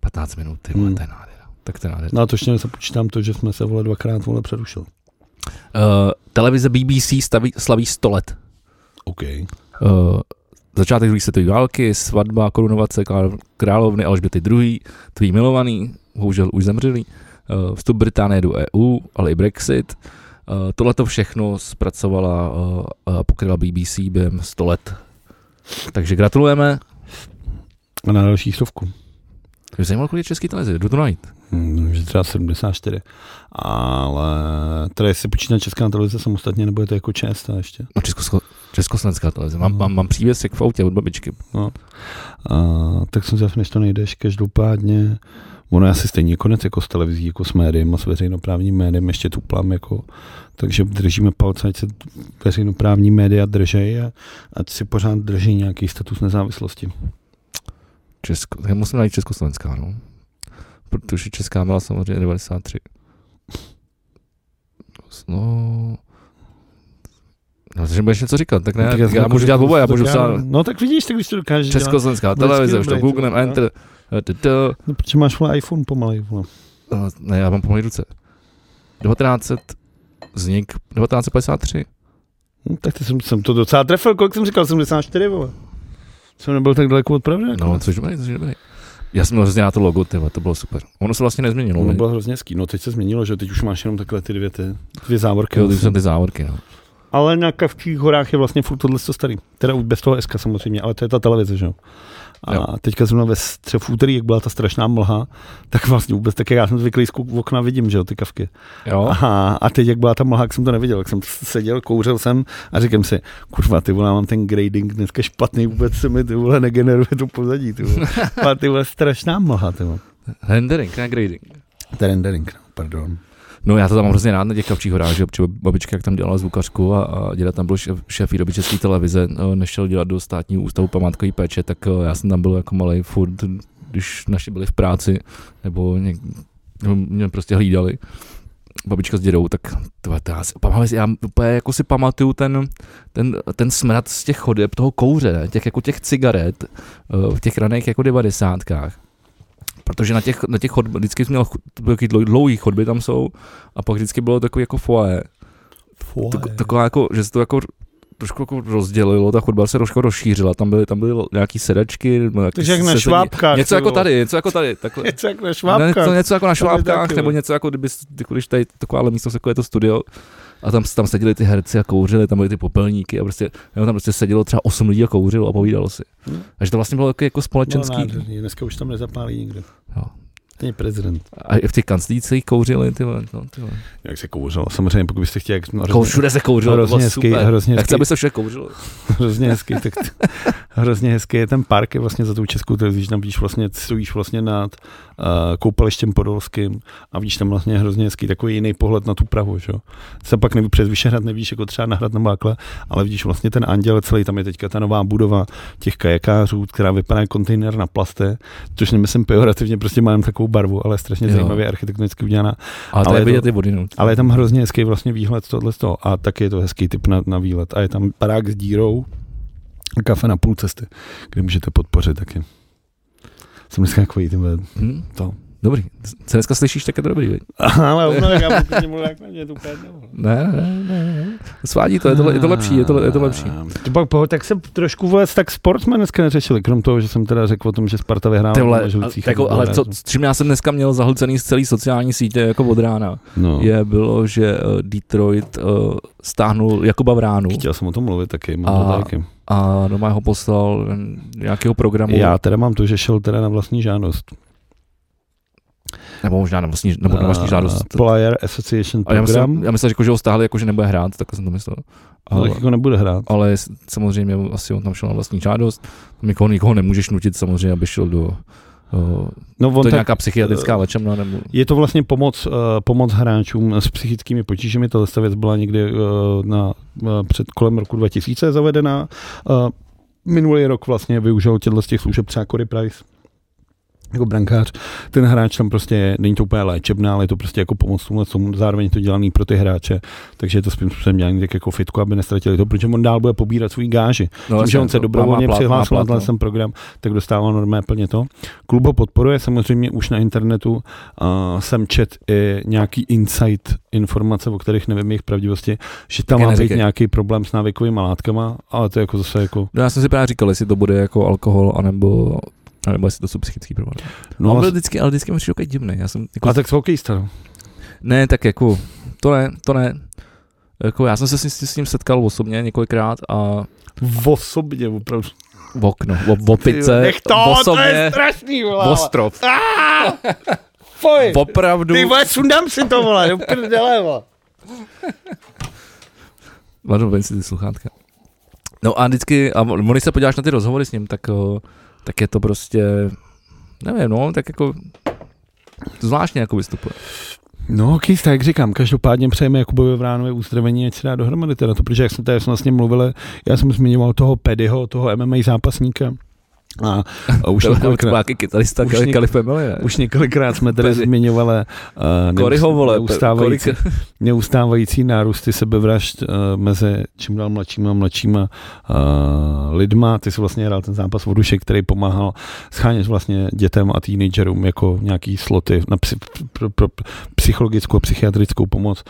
B: 15 minut, ty
A: Hmm.
B: hmm. to je nádhera. Tak to je nádhera.
A: No a to ještě nezapočítám to, že jsme se vole dvakrát vole přerušili.
B: Uh, televize BBC staví, slaví 100 let.
A: OK.
B: Uh, začátek druhé světové války, svatba, korunovace král- královny Alžběty II, tvý milovaný, bohužel už zemřelý, uh, vstup Británie do EU, ale i Brexit. Uh, Tohle to všechno zpracovala uh, a pokryla BBC během 100 let. Takže gratulujeme.
A: A na další stovku.
B: Mě by Zajímalo, kolik je český televize, jdu to najít.
A: Hmm, že třeba 74. Ale teda jestli počítá česká televize samostatně, nebo je to jako ČST ještě.
B: No, Českosko- Československá televize. Mám,
A: Mhm.
B: mám, mám přívěsek v autě od babičky.
A: A, tak jsem zjistil, než to nejdeš, každopádně ono je asi stejně konec jako s televizí, jako s médiem a s veřejnoprávním médiem, ještě tuplám, jako, takže držíme palce, ať se veřejnoprávní média držej a ať si pořád drží nějaký status nezávislosti.
B: Česko, tak musím najít Československá, no. Protože Česká byla samozřejmě 93. No... No, takže budeš něco říkat, tak ne, No, tak já,
A: jsem jako,
B: můžu
A: že
B: dělat
A: to-
B: oboje, já
A: to
B: můžu
A: dělám-
B: psát
A: No tak vidíš, tak když to dokážeš Česko... dělat.
B: Československá
A: Vždycky
B: televize, už to
A: dobrý,
B: googlem,
A: to- no.
B: enter, eh, t- t-
A: No, protože máš vole iPhone pomalej, vole.
B: no, ne, já mám pomalý ruce. 1900, vznik 1953,
A: No, tak to jsem, jsem to docela trefil, kolik jsem říkal, 74, vole. Jsem nebyl tak daleko od pravdy. jako
B: no, což dobrý, což dobrý. Já jsem měl hrozně na to logo, tyhle, to bylo super. Ono se vlastně nezměnilo,
A: No,
B: ne?
A: bylo hrozně hezký. No teď se změnilo, že teď už máš jenom takhle ty dvě, ty, dvě závorky.
B: Jo, ty už jsem ty závorky, no.
A: Ale na Kavčích horách je vlastně furt tohle to starý. Teda už bez toho SK samozřejmě, ale to je ta televize, že jo. A
B: Jo.
A: teďka zrovna ve stře- v úterý, jak byla ta strašná mlha, tak vlastně vůbec, tak jak já jsem zvyklý z kuk- okna vidím, že jo, ty kavky.
B: Jo,
A: Aha, a teď, jak byla ta mlha, jak jsem to neviděl, jak jsem seděl, kouřil jsem a říkám si, kurva, ty vole, já mám ten grading dneska špatný, vůbec se mi ty vole negeneruje to pozadí, ty vole. A ty vole, strašná mlha, ty vole.
B: rendering, ne grading.
A: To je rendering, no, pardon.
B: No já to tam mám hrozně rád na těch kavčích horách, že protože babička, jak tam dělala zvukařku a, a děda tam byl šéf, šéf doby české televize, eh, nešel dělat do státního ústavu památkové péče, tak eh, já jsem tam byl jako malý furt, když naši byli v práci, nebo, něk, nebo mě prostě hlídali. Babička s dědou, tak to je to já, si, pamatuju si- já úplně jako si pamatuju ten, ten, ten smrad z těch chodeb, toho kouře, ne? těch, jako těch cigaret eh, v těch raných jako devadesátkách. Protože na těch, na těch chodb, vždycky jsi měl chu- takový dlou- dlouhý chodby tam jsou, a pak vždycky bylo takový jako foaje. Tak- Taková jako, že se to jako trošku jako rozdělilo, ta chodba se trošku rozšířila, tam byly, tam byly nějaký sedačky, nebo nějaký
A: Takže jak na
B: sezení.
A: švábkách.
B: Něco
A: ty
B: jako
A: vole.
B: tady, něco jako tady, takhle.
A: Něco jak na
B: Ne, to
A: švábkách.
B: něco jako na
A: Tam je
B: švábkách,
A: taky,
B: nebo
A: jo.
B: něco jako kdyby, když tady takováhle místnost, jako je to studio, a tam, tam seděli ty herci a kouřili, tam byly ty popelníky a prostě, nebo tam prostě sedělo třeba 8 lidí a kouřilo a povídalo si.
A: Hm.
B: Takže to vlastně bylo jako, jako společenský.
A: No, nádherný, dneska už tam nezapálí nikdo.
B: Jo.
A: Ten je prezident.
B: a i v těch kanclících kouřili, ty vole, no, ty vole.
A: Jak se kouřilo? Samozřejmě, pokud byste chtěli, jak no,
B: Kouř, všude se kouřilo, to
A: hrozně
B: bylo
A: hezký,
B: super.
A: hrozně
B: Já chci,
A: hezký,
B: aby se všude kouřilo.
A: hrozně hezký, tak t- hrozně hezký je ten park, je vlastně za tou českou televizí, že tam vidíš vlastně, stojíš vlastně nad uh, koupalištěm podolským a vidíš tam vlastně hrozně hezký, takový jiný pohled na tu Prahu, že jo. Se pak neví, přes Vyšehrad nevidíš jako třeba na hrad na Mákle, ale vidíš vlastně ten anděl celý, tam je teďka ta nová budova těch kajakářů, která vypadá jako kontejner na plaste, což nemyslím pejorativně, prostě má jen takovou barvu, ale je strašně
B: Jo.
A: zajímavě architektonicky udělaná.
B: Ale,
A: Ale
B: ale
A: je
B: je
A: to-
B: vidět i vodinout.
A: Ale je tam hrozně hezký vlastně výhled tohle toho. A taky je to hezký typ na, na výlet. A je tam barák s dírou a kafe na půl cesty, kde můžete podpořit taky. Jsem dneska jako takový tyhle.
B: Hm?
A: To.
B: Dobrý. Co dneska slyšíš, tak je to dobrý, viď?
A: Ale ono, jak já pokud mluvím, jak na mě to úplně jedno.
B: Ne, ne, ne, ne. Svádí to, je to, je to lepší, je to, je to lepší.
A: To pak, poho- tak se trošku vůbec, tak sport jsme dneska neřešili, krom toho, že jsem teda řekl o tom, že Sparta vyhrála.
B: Ty vole,
A: na
B: a-
A: Žalicích a
B: jako,
A: byla
B: ale co,
A: ráda.
B: s čím já jsem dneska měl zahlcený z celý sociální sítě jako od rána,
A: No,
B: je bylo, že eh, Detroit uh, stáhnul Jakuba Vránu
A: chtěl jsem o tom mluvit taky,
B: A-
A: mám to taky.
B: a doma ho poslal hm, nějakého programu,
A: Já teda mám to, že šel teda na vlastní žádost.
B: nebo možná na vlastní, nebo na vlastní
A: A-
B: žádost.
A: Player Association
B: A já myslím,
A: Eh, program,
B: já myslel, že jako, že ho stáhli, jako, že nebude hrát, tak jsem to myslel.
A: ale
B: Ale,
A: jako nebude hrát.
B: ale s- samozřejmě asi on tam šel na vlastní žádost. Tam Nikoho, nikoho nemůžeš nutit samozřejmě, aby šel do... Uh,
A: No, on
B: to je
A: tak- eh,
B: nějaká psychiatrická léčebna, nebo...
A: Je to vlastně pomoc, eh, pomoc hráčům s psychickými potížemi. Tahle ta věc byla někdy eh, na, eh, před kolem roku 2000 zavedena. Eh, Minulý rok vlastně využil těchto z těch služeb třeba Corey Price jako brankář. Ten hráč tam prostě je, není to úplně léčebná, ale je to prostě jako pomoc tomu, tomu zároveň je to dělaný pro ty hráče, takže je to svým způsobem dělaný tak jako fitku, aby nestratili to, protože on dál bude pobírat svůj gáži.
B: No,
A: Tím, že
B: jasně,
A: on se
B: to- má
A: dobrovolně
B: plat- má
A: přihlásil na
B: plat,
A: tenhle
B: no.
A: ten program, tak dostává normálně plně to. Klub ho podporuje, samozřejmě už na internetu uh, jsem čet i nějaký insight informace, o kterých nevím jejich pravdivosti, že tam
B: Tak je
A: má být
B: neříkej.
A: nějaký problém s návykovými látkama, ale to je jako zase jako...
B: No, já jsem si právě říkal, jestli to bude jako alkohol, anebo, anebo jestli to jsou psychický problémy. No,
A: No,
B: on
A: a,
B: byl vždycky, ale vždycky mi přišel takový divný. Já jsem, jako,
A: a tak s hokejista, no.
B: Ne, tak jako, to ne, to ne. Jako, já jsem se s, ním- s ním setkal osobně několikrát a
A: Osobně opravdu.
B: v okno, v, v opice,
A: Nech to, to je
B: osobně,
A: strašný, vole. ale-
B: ostrov.
A: Ah! Foj!
B: Opravdu.
A: Ty vole, sundám si to, vole, do prdele, vole.
B: Vlado, ven si ty sluchátka. No a vždycky, a on- když se podíváš na ty rozhovory s ním, tak, o, tak je to prostě, nevím, no, tak jako zvláštně jako vystupuje.
A: No, hokejista, jak říkám, každopádně přejeme Jakubovi Vránovi uzdravení, ať se dá dohromady teda to, protože jak jsme tady vlastně mluvili, já jsem zmiňoval toho Pedyho, toho MMA zápasníka, a, a už,
B: To byl
A: několikrát,
B: nějaký kytarista
A: už
B: Kali-
A: něk-
B: Kali Family, ne?
A: už několikrát jsme tady
B: Pedy.
A: zmiňovali uh,
B: Koryho, vole,
A: neustávající, neustávající nárůsty sebevražd uh, mezi čím dál mladšíma a mladšíma uh, lidma. Ty jsi vlastně hrál ten zápas o duše, který pomáhal schánět vlastně dětem a teenagerům jako nějaký sloty na psy, pro, pro, pro, psychologickou a psychiatrickou pomoc.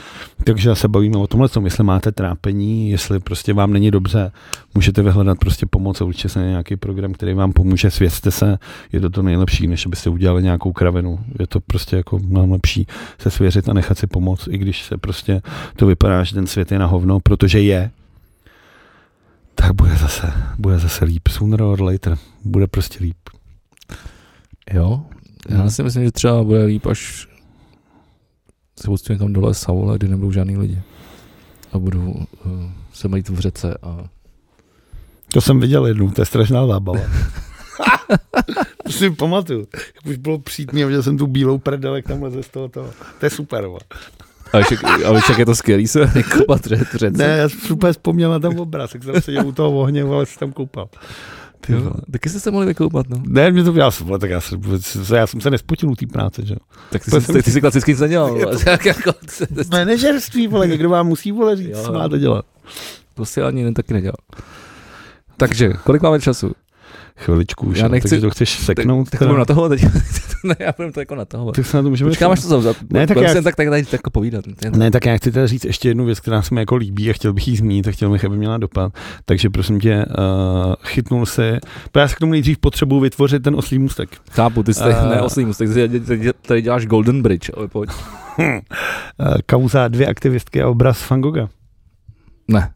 A: Takže se bavíme o tomhle, tom, jestli máte trápení, jestli prostě vám není dobře, můžete vyhledat prostě pomoc a určitě se nějaký program, který vám pomůže, svěřte se, je to to nejlepší, než abyste udělali nějakou kravinu. Je to prostě jako mnohem lepší se svěřit a nechat si pomoct, i když se prostě to vypadá, že ten svět je na hovno, protože je, tak bude zase, bude zase líp. Sooner or later bude prostě líp.
B: Jo. Já si myslím, že třeba bude líp, až se odstřím někam dole lesa, vole, kde nebudou žádný lidi. A budu uh, se mít v řece a
A: To jsem viděl jednou, to je strašná zábava. to si pamatuju. Jak už bylo přítmě, viděl jsem tu bílou prdel, jak tam leze z toho toho. To je super, vole.
B: A však, ale však je to skvělý se kopat v řece.
A: Ne, já jsem super vzpomněl na ten obraz, jak jsem seděl u toho ohně, ale se tam koupal. Ty
B: Jo.
A: vole.
B: Taky jste se mohli vykoupat, no.
A: Ne, mě to já jsem, vole, tak já jsem, já jsem se nespotil u té práce, že jo.
B: Tak ty,
A: To
B: jsi,
A: jsem-
B: ty, ty jsi klasicky nic nedělal. vole. Tak jako,
A: Manažerství, vole, někdo vám musí, vole, říct,
B: Jo, no.
A: co
B: jo.
A: máte dělat.
B: to si ani ne, taky nedělal. Takže, kolik máme času?
A: Chviličku už,
B: Já
A: já
B: nechci-
A: nechci, takže to chceš
B: Tak,
A: seknout.
B: tak to
A: teda?
B: budeme na tohle teď. ne, já budu to jako na tohle.
A: tak se na to můžeme
B: Počkám, až to zavzat.
A: Ne, tak
B: Budem
A: já-
B: si jen tak, tak, tady tak jako povídat. Jen-
A: Ne, tak já chci teda říct ještě jednu věc, která se mi jako líbí a chtěl bych ji zmínit a chtěl bych, aby měla dopad. Takže prosím tě, uh, chytnul se, já se k tomu nejdřív potřebuji vytvořit ten oslý můstek.
B: Chápu, ty jsi tady,
A: Eh.
B: ne oslý mustek, ty jsi- tady- tady děláš Golden Bridge, ale pojď.
A: Uh, kauza dvě aktivistky a obraz Van Gogha.
B: Ne,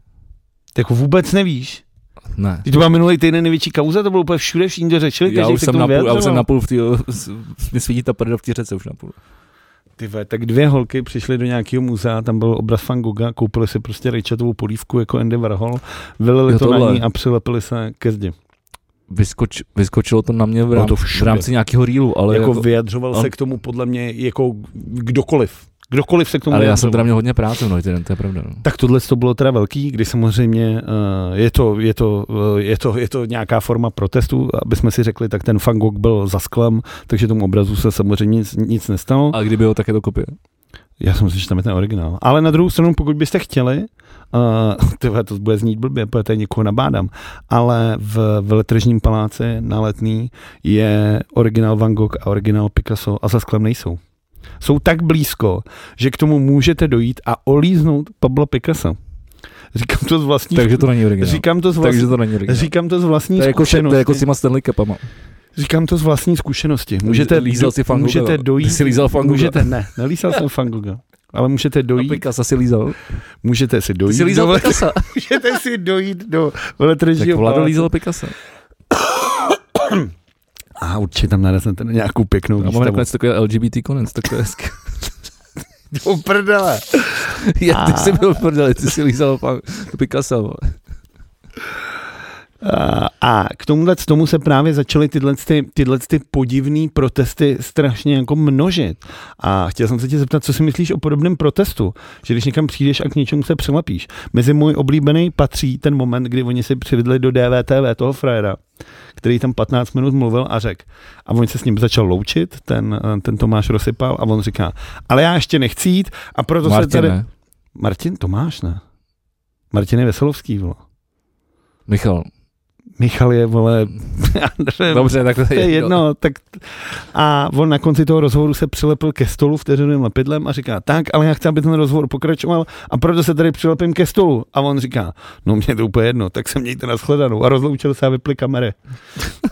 A: Ty jako vůbec nevíš.
B: ne.
A: Ty to byla minulý týden největší kauza, to bylo úplně všude, všichni to řečili,
B: Já
A: každý
B: už,
A: se k
B: jsem
A: tomu
B: napůl, já už
A: vyjadřoval.
B: jsem napůl v té, mi svítí ta prda v té řece už napůl.
A: Ty ve, tak dvě holky přišly do nějakého muzea, tam byl obraz Van Gogha, koupili si prostě rajčatovou polívku jako Andy Warhol, vylili
B: Jo,
A: to na
B: tohle.
A: ní a přilepili se ke zdi.
B: Vyskoč, vyskočilo to na mě v,
A: Bylo
B: rám,
A: to
B: v
A: všude.
B: rámci nějakého reelu, ale,
A: jako
B: jako,
A: vyjadřoval
B: on-
A: se k tomu podle mě jako kdokoliv. Kdokoliv se k tomu
B: ale já jsem
A: vyjadřoval.
B: teda měl hodně práce v noci, to je pravda. No.
A: Tak tohle to bylo teda velký, kdy samozřejmě eh, je to, je, to, eh, je, to, je to nějaká forma protestu, aby jsme si řekli, tak ten Van Gogh byl za sklem, takže tomu obrazu se samozřejmě nic, nic nestalo.
B: A kdyby ho, tak je to kopie.
A: Já si myslím, že tam je ten originál. Ale na druhou stranu, pokud byste chtěli, uh, tyhle, to bude znít blbě, protože tady někoho nabádám, ale v veletržním paláci na Letný je originál Van Gogh a originál Picasso a za sklem nejsou. Jsou tak blízko, že k tomu můžete dojít a olíznout Pablo Picasso. Říkám to z vlastní
B: Takže to není originál.
A: Říkám to z vlastní,
B: Takže to vlastně není originál.
A: říkám to z vlastní
B: to je, jako, to
A: zkušenosti.
B: je jako s těma Stanley Cupama.
A: Říkám to z vlastní zkušenosti. Můžete,
B: lízal si Van Gogha,
A: můžete
B: jo.
A: dojít.
B: Ty jsi lízal Van Gogha.
A: můžete, ne, nelízal jsem Van Gogha. Ale můžete
B: A
A: dojít,
B: Picasso si lízal.
A: můžete si
B: Ty
A: dojít,
B: si
A: do,
B: lízal Picasso.
A: můžete si dojít do
B: Tak
A: veletržního
B: Vlado
A: paláce.
B: lízal Picasso.
A: A určitě tam naleznete nějakou pěknou
B: A máme
A: výstavu.
B: nakonec takový LGBT konec, tak to je hezké.
A: Do prdele.
B: Já, ty jsi byl v prdeli, ty jsi lízal pan Picasso. vole.
A: A- Eh, A k tomuhle tomu se právě začaly tyhle, ty, tyhle ty podivné protesty strašně jako množit. A chtěl jsem se tě zeptat, co si myslíš o podobném protestu, že když někam přijdeš a k něčemu se přelepíš. Mezi můj oblíbený patří ten moment, kdy oni si přivedli do DVTV toho frajera, který tam 15 minut mluvil a řekl. A on se s ním začal loučit, ten, eh, ten Tomáš rozsypal a on říká, ale já ještě nechci jít a proto se
B: Martin,
A: tady...
B: ne?
A: Martin Tomáš, ne? Martin je Veselovský, vole.
B: Michal.
A: Michal je, vole, já nevím,
B: Dobře, tak to
A: to je jedno. Tak a on na konci toho rozhovoru se přilepil ke stolu vteřinovým lepidlem a říká, tak, ale já chci, aby ten rozhovor pokračoval a proto se tady přilepím ke stolu. A on říká, no mě je to úplně jedno, tak se mějte na shledanou. A rozloučil se a vypli kamery.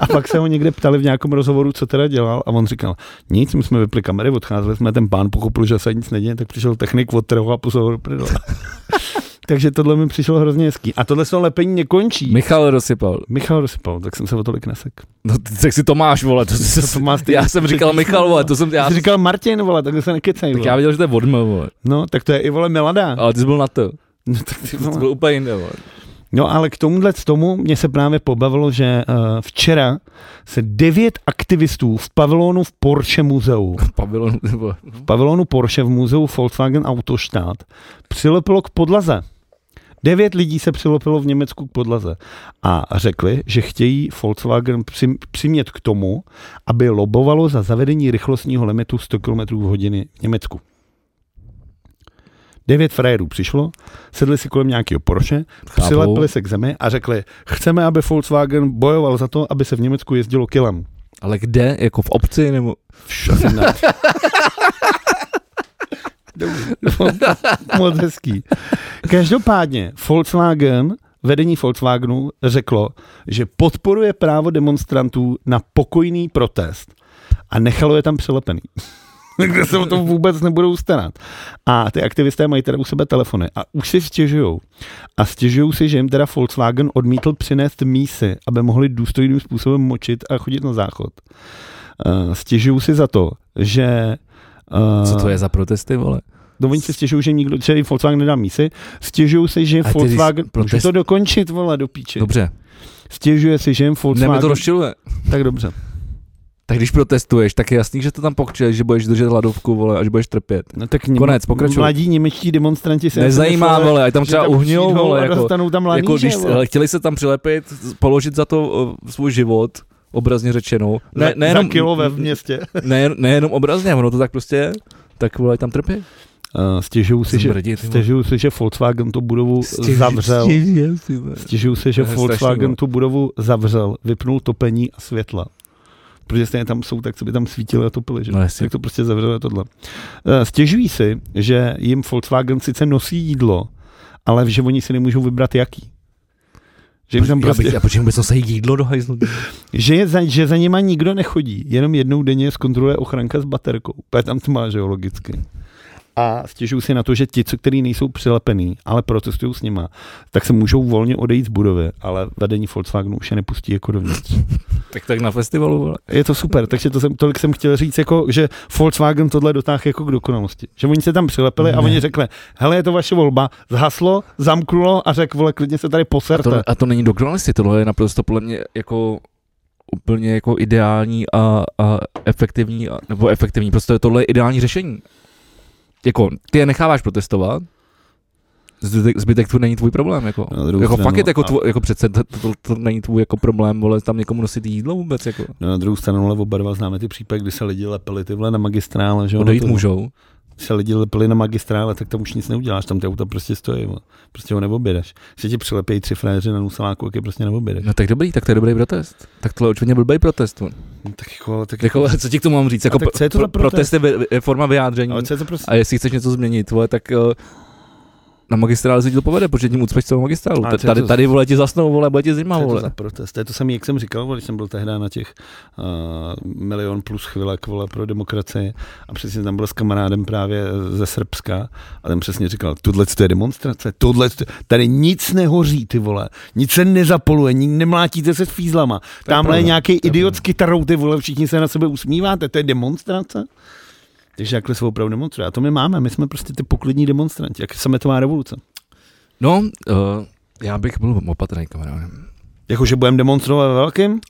A: A pak se ho někde ptali v nějakém rozhovoru, co teda dělal a on říkal, nic, my jsme vypli kamery, odcházeli jsme, ten pán pochopil, že se nic neděje, tak přišel technik, odtrhl a poslal ho do prdele. Takže tohle mi přišlo hrozně hezký. A tohle se lepení nekončí.
B: Michal rozsypal.
A: Michal rozsypal, tak jsem se o tolik nesek.
B: No, ty- tak si to máš, vole. To, to, to,
A: Tomáš, ty-
B: já jsem říkal
A: ty-
B: Michal, vole, to jsem, já,
A: Já jsi říkal Martin, vole, tak se nekecej,
B: tak já viděl, že to je Vodm, vole.
A: No, tak to je i vole Milada.
B: Ale ty jsi byl na to.
A: No, tak ty,
B: Ty jsi
A: vole.
B: byl úplně jinde, vole.
A: no ale k tomuhle z tomu mě se právě pobavilo, že uh, včera se devět aktivistů v pavilonu v Porsche muzeu,
B: Pavilon, vole.
A: v pavilonu Porsche v muzeu Volkswagen Autostadt přilepilo k podlaze. Devět lidí se přilepilo v Německu k podlaze a řekli, že chtějí Volkswagen přim, přimět k tomu, aby lobovalo za zavedení rychlostního limitu 100 km v hodině v Německu. Devět frajerů přišlo, sedli si kolem nějakého Porsche,
B: Chápu.
A: přilepili se k zemi a řekli, chceme, aby Volkswagen bojoval za to, aby se v Německu jezdilo kilem.
B: Ale kde? Jako v obci? Nebo...
A: Vš- asi ne. Moc- Moc hezký. Každopádně Volkswagen, vedení Volkswagenu řeklo, že podporuje právo demonstrantů na pokojný protest a nechalo je tam přilepený. Kde se o to vůbec nebudou starat. A ty aktivisté mají teda u sebe telefony a už si stěžují. A stěžují si, že jim teda Volkswagen odmítl přinést mísy, aby mohli důstojným způsobem močit a chodit na záchod. Eh, Stěžují si za to, že... eh,
B: Co to je za protesty, vole?
A: No oni se stěžují, že nikdo, že jim Volkswagen nedá mísy, stěžují se, že jim
B: A ty
A: Volkswagen,
B: jsi-
A: můžu
B: protest-
A: to dokončit, vole, do píči.
B: Dobře,
A: Stěžuje si, že jim
B: ne mi to
A: Volkswagen,
B: rozčiluje.
A: tak dobře.
B: Tak když protestuješ, tak je jasný, že to tam pokčeš, že budeš držet hladovku, vole, a že budeš trpět.
A: No, tak něm,
B: Konec, pokračuj.
A: Mladí němečtí demonstranti se...
B: Nezajímá,
A: mysleli,
B: vole, ať tam
A: že
B: třeba uhnijou,
A: přijdou
B: vole,
A: a
B: jako,
A: dostanou tam laníže,
B: jako když
A: vole.
B: ale chtěli se tam přilepit, z- položit za to eh, svůj život, obrazně řečeno.
A: Ne, nejenom, za kilo ve městě.
B: Ne, nejenom obrazně, ono to tak prostě je. Tak vole, ať tam trpí.
A: Uh, stěžují si, že,
B: Zmrdí, ty Eh, vole.
A: stěžují si, že Volkswagen tu budovu
B: Stěž-
A: zavřel.
B: stěžuje si, vole.
A: Stěžují si, že
B: To je strašný,
A: Volkswagen
B: vole.
A: tu budovu zavřel, vypnul topení a světla. Protože stejně tam jsou, tak se by tam svítili a topili, že?
B: No jasně.
A: Tak to prostě zavřelo tohle. Eh, Stěžují si, že jim Volkswagen sice nosí jídlo, ale že oni si nemůžou vybrat jaký. Že, jim tam
B: Já bych-
A: prostě,
B: A proč jim vůbec nosají jídlo do hajzlu?
A: že, je za, že za nima nikdo nechodí, jenom jednou denně zkontroluje ochranka s baterkou. Protože tam tma, že jo, logicky. A stěžují si na to, že ti, co který nejsou přilepený, ale protestují s nima, tak se můžou volně odejít z budovy, ale vedení Volkswagenu už je nepustí jako dovnitř.
B: Tak tak na festivalu, vole.
A: Je to super, takže to jsem, tolik jsem chtěl říct, jako, že Volkswagen tohle dotáhl jako k dokonalosti. Že oni se tam přilepili a
B: Ne.
A: oni řekli, hele, je to vaše volba, zhaslo, zamknulo a řekl, vole, klidně se tady
B: A
A: poserte.
B: to, a to není dokonalosti, tohle je naprosto podle mě jako úplně jako ideální a, a efektivní, a, nebo efektivní, prostě tohle je ideální řešení. Jako, ty je necháváš protestovat, zbytek, zbytek tu není tvůj problém, jako.
A: Na druhou
B: jako
A: stranu,
B: fakt je to jako,
A: a-
B: tvo, jako přece to, to, to, to, není tvůj jako problém, vole, tam někomu nosit jídlo vůbec, jako.
A: No, na druhou stranu, ale oba dva známe ty případy, kdy se lidi lepili tyhle na magistrále, že ono
B: Odejít
A: No, to-
B: můžou.
A: se lidi lepili na magistrále, tak tam už nic neuděláš, tam ty auta prostě stojí, vole. prostě ho neobjedeš. Když se ti přilepějí tři frajeři na nuseláku, jak je prostě neobjedeš.
B: No tak dobrý, tak to je dobrý protest. Tak tohle je určitě blbý protest. vole.
A: No, tak jako, ale, tak
B: Jako, co ti k tomu mám říct? Jako,
A: tak co je to za protest?
B: protest je, vy- je forma vyjádření.
A: ale co je to prostě?
B: A jestli chceš něco změnit, vole, tak eh, na magistrále se ti to povede, protože tím ucpeš celou magistrálu.
A: A
B: Ta-
A: co je
B: Tady,
A: to-
B: tady, vole, ti zasnou, vole, bude ti zima,
A: Co je to
B: vole.
A: za protest? To je to samé, jak jsem říkal, vole, když jsem byl tehdy na těch uh, milion plus chvilek vole, pro demokracii a přesně tam byl s kamarádem právě ze Srbska a ten přesně říkal, tohle to je demonstrace, tohle tady nic nehoří, ty vole, nic se nezapoluje, ni- nemlátíte se s fízlama, tamhle je
B: pravda,
A: nějaký
B: to je
A: idiot
B: pravda.
A: s kytarou, ty vole, všichni se na sebe usmíváte, to je demonstrace? Takže jakhle se opravdu demonstruje. A to my máme, my jsme prostě ty poklidní demonstranti, jak sametová revoluce.
B: No, eh, já bych byl opatrný, kamaráde.
A: Jakože budeme demonstrovat ve velkým?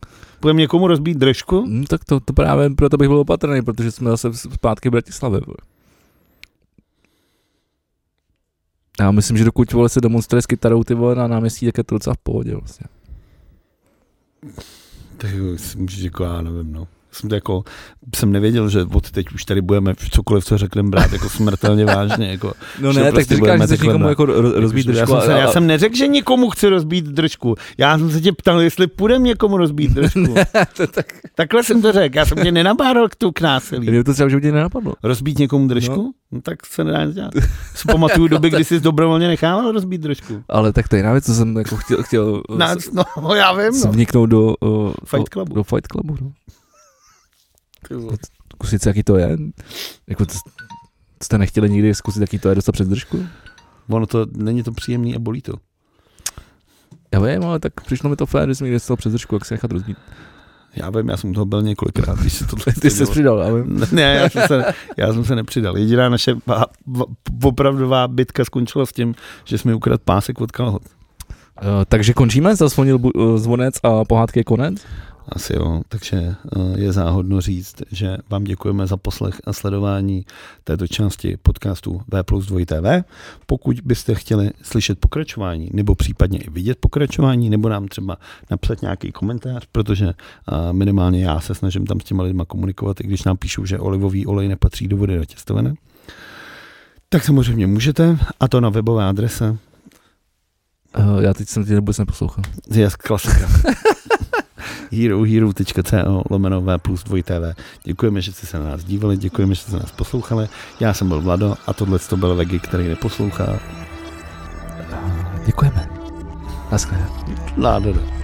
A: Budeme někomu rozbít držku?
B: Hm, tak to, to právě proto bych byl opatrný, protože jsme zase v- zpátky v Bratislavě. Vole. Já myslím, že dokud vole se demonstruje s kytarou ty vole na náměstí, tak je to docela v pohodě vlastně.
A: Tak jako, jsem že jako já nevím, no. Jsem to jako, jsem nevěděl, že od teď už tady budeme cokoliv, co řekneme, brát jako smrtelně vážně, jako.
B: No
A: Že
B: ne, tak
A: prostě
B: ty říkáš,
A: budeme
B: že chceš
A: takhle
B: někomu
A: brát.
B: jako ro- rozbít
A: já,
B: držku.
A: jsem se,
B: a-
A: já
B: a-
A: jsem neřekl, že někomu chci rozbít držku. Já jsem se tě ptal, jestli půjdeme někomu rozbít držku.
B: to tak-
A: Takhle jsem to řekl, já jsem tě nenabáral k tu k násilí.
B: Kdyby to třeba už mě nenapadlo.
A: Rozbít někomu držku? No.
B: No.
A: no tak se nedá nic dělat. Si pamatuju doby, kdy jsi dobrovolně nechával rozbít držku.
B: Ale tak to je jiná věc, co jsem jako chtěl, chtěl eh,
A: Na, no, já vím, no.
B: vniknout do, uh,
A: Fight
B: do,
A: Clubu.
B: do Fight Clubu. No.
A: Ty vole.
B: Zkusit, jaký to je. Jako, to, jste nechtěli nikdy zkusit, jaký to je, dostat přes držku?
A: Ono to, není to příjemný a bolí to.
B: Já vím, ale tak přišlo mi to fér, že jsem někdy dostal přes držku, jak se nechat rozbít.
A: Já vím, já jsem toho byl několikrát, když se tohle
B: Ty jsi
A: stydilo.
B: přidal, já vím.
A: Ne, já jsem, se, já jsem se nepřidal. Jediná naše va- va- opravdová bitka skončila s tím, že jsme ukradl pásek od kalhot.
B: Eh, takže končíme, zasvonil bu- eh, zvonec a pohádky je konec.
A: Asi jo, takže eh, je záhodno říct, že vám děkujeme za poslech a sledování této části podcastu V plus 2 TV. Pokud byste chtěli slyšet pokračování, nebo případně i vidět pokračování, nebo nám třeba napsat nějaký komentář, protože eh, minimálně já se snažím tam s těma lidma komunikovat, i když nám píšou, že olivový olej nepatří do vody do těstoviny. Tak samozřejmě můžete, a to na webové adrese.
B: Eh, já teď jsem tě vůbec neposlouchal.
A: Je klasika. herohero.co lomeno V plus 2 TV. Děkujeme, že jste se na nás dívali, děkujeme, že jste se nás poslouchali. Já jsem byl Vlado a tohle to byl Vegi, který neposlouchá.
C: Děkujeme. Naschle.
A: Nádhera.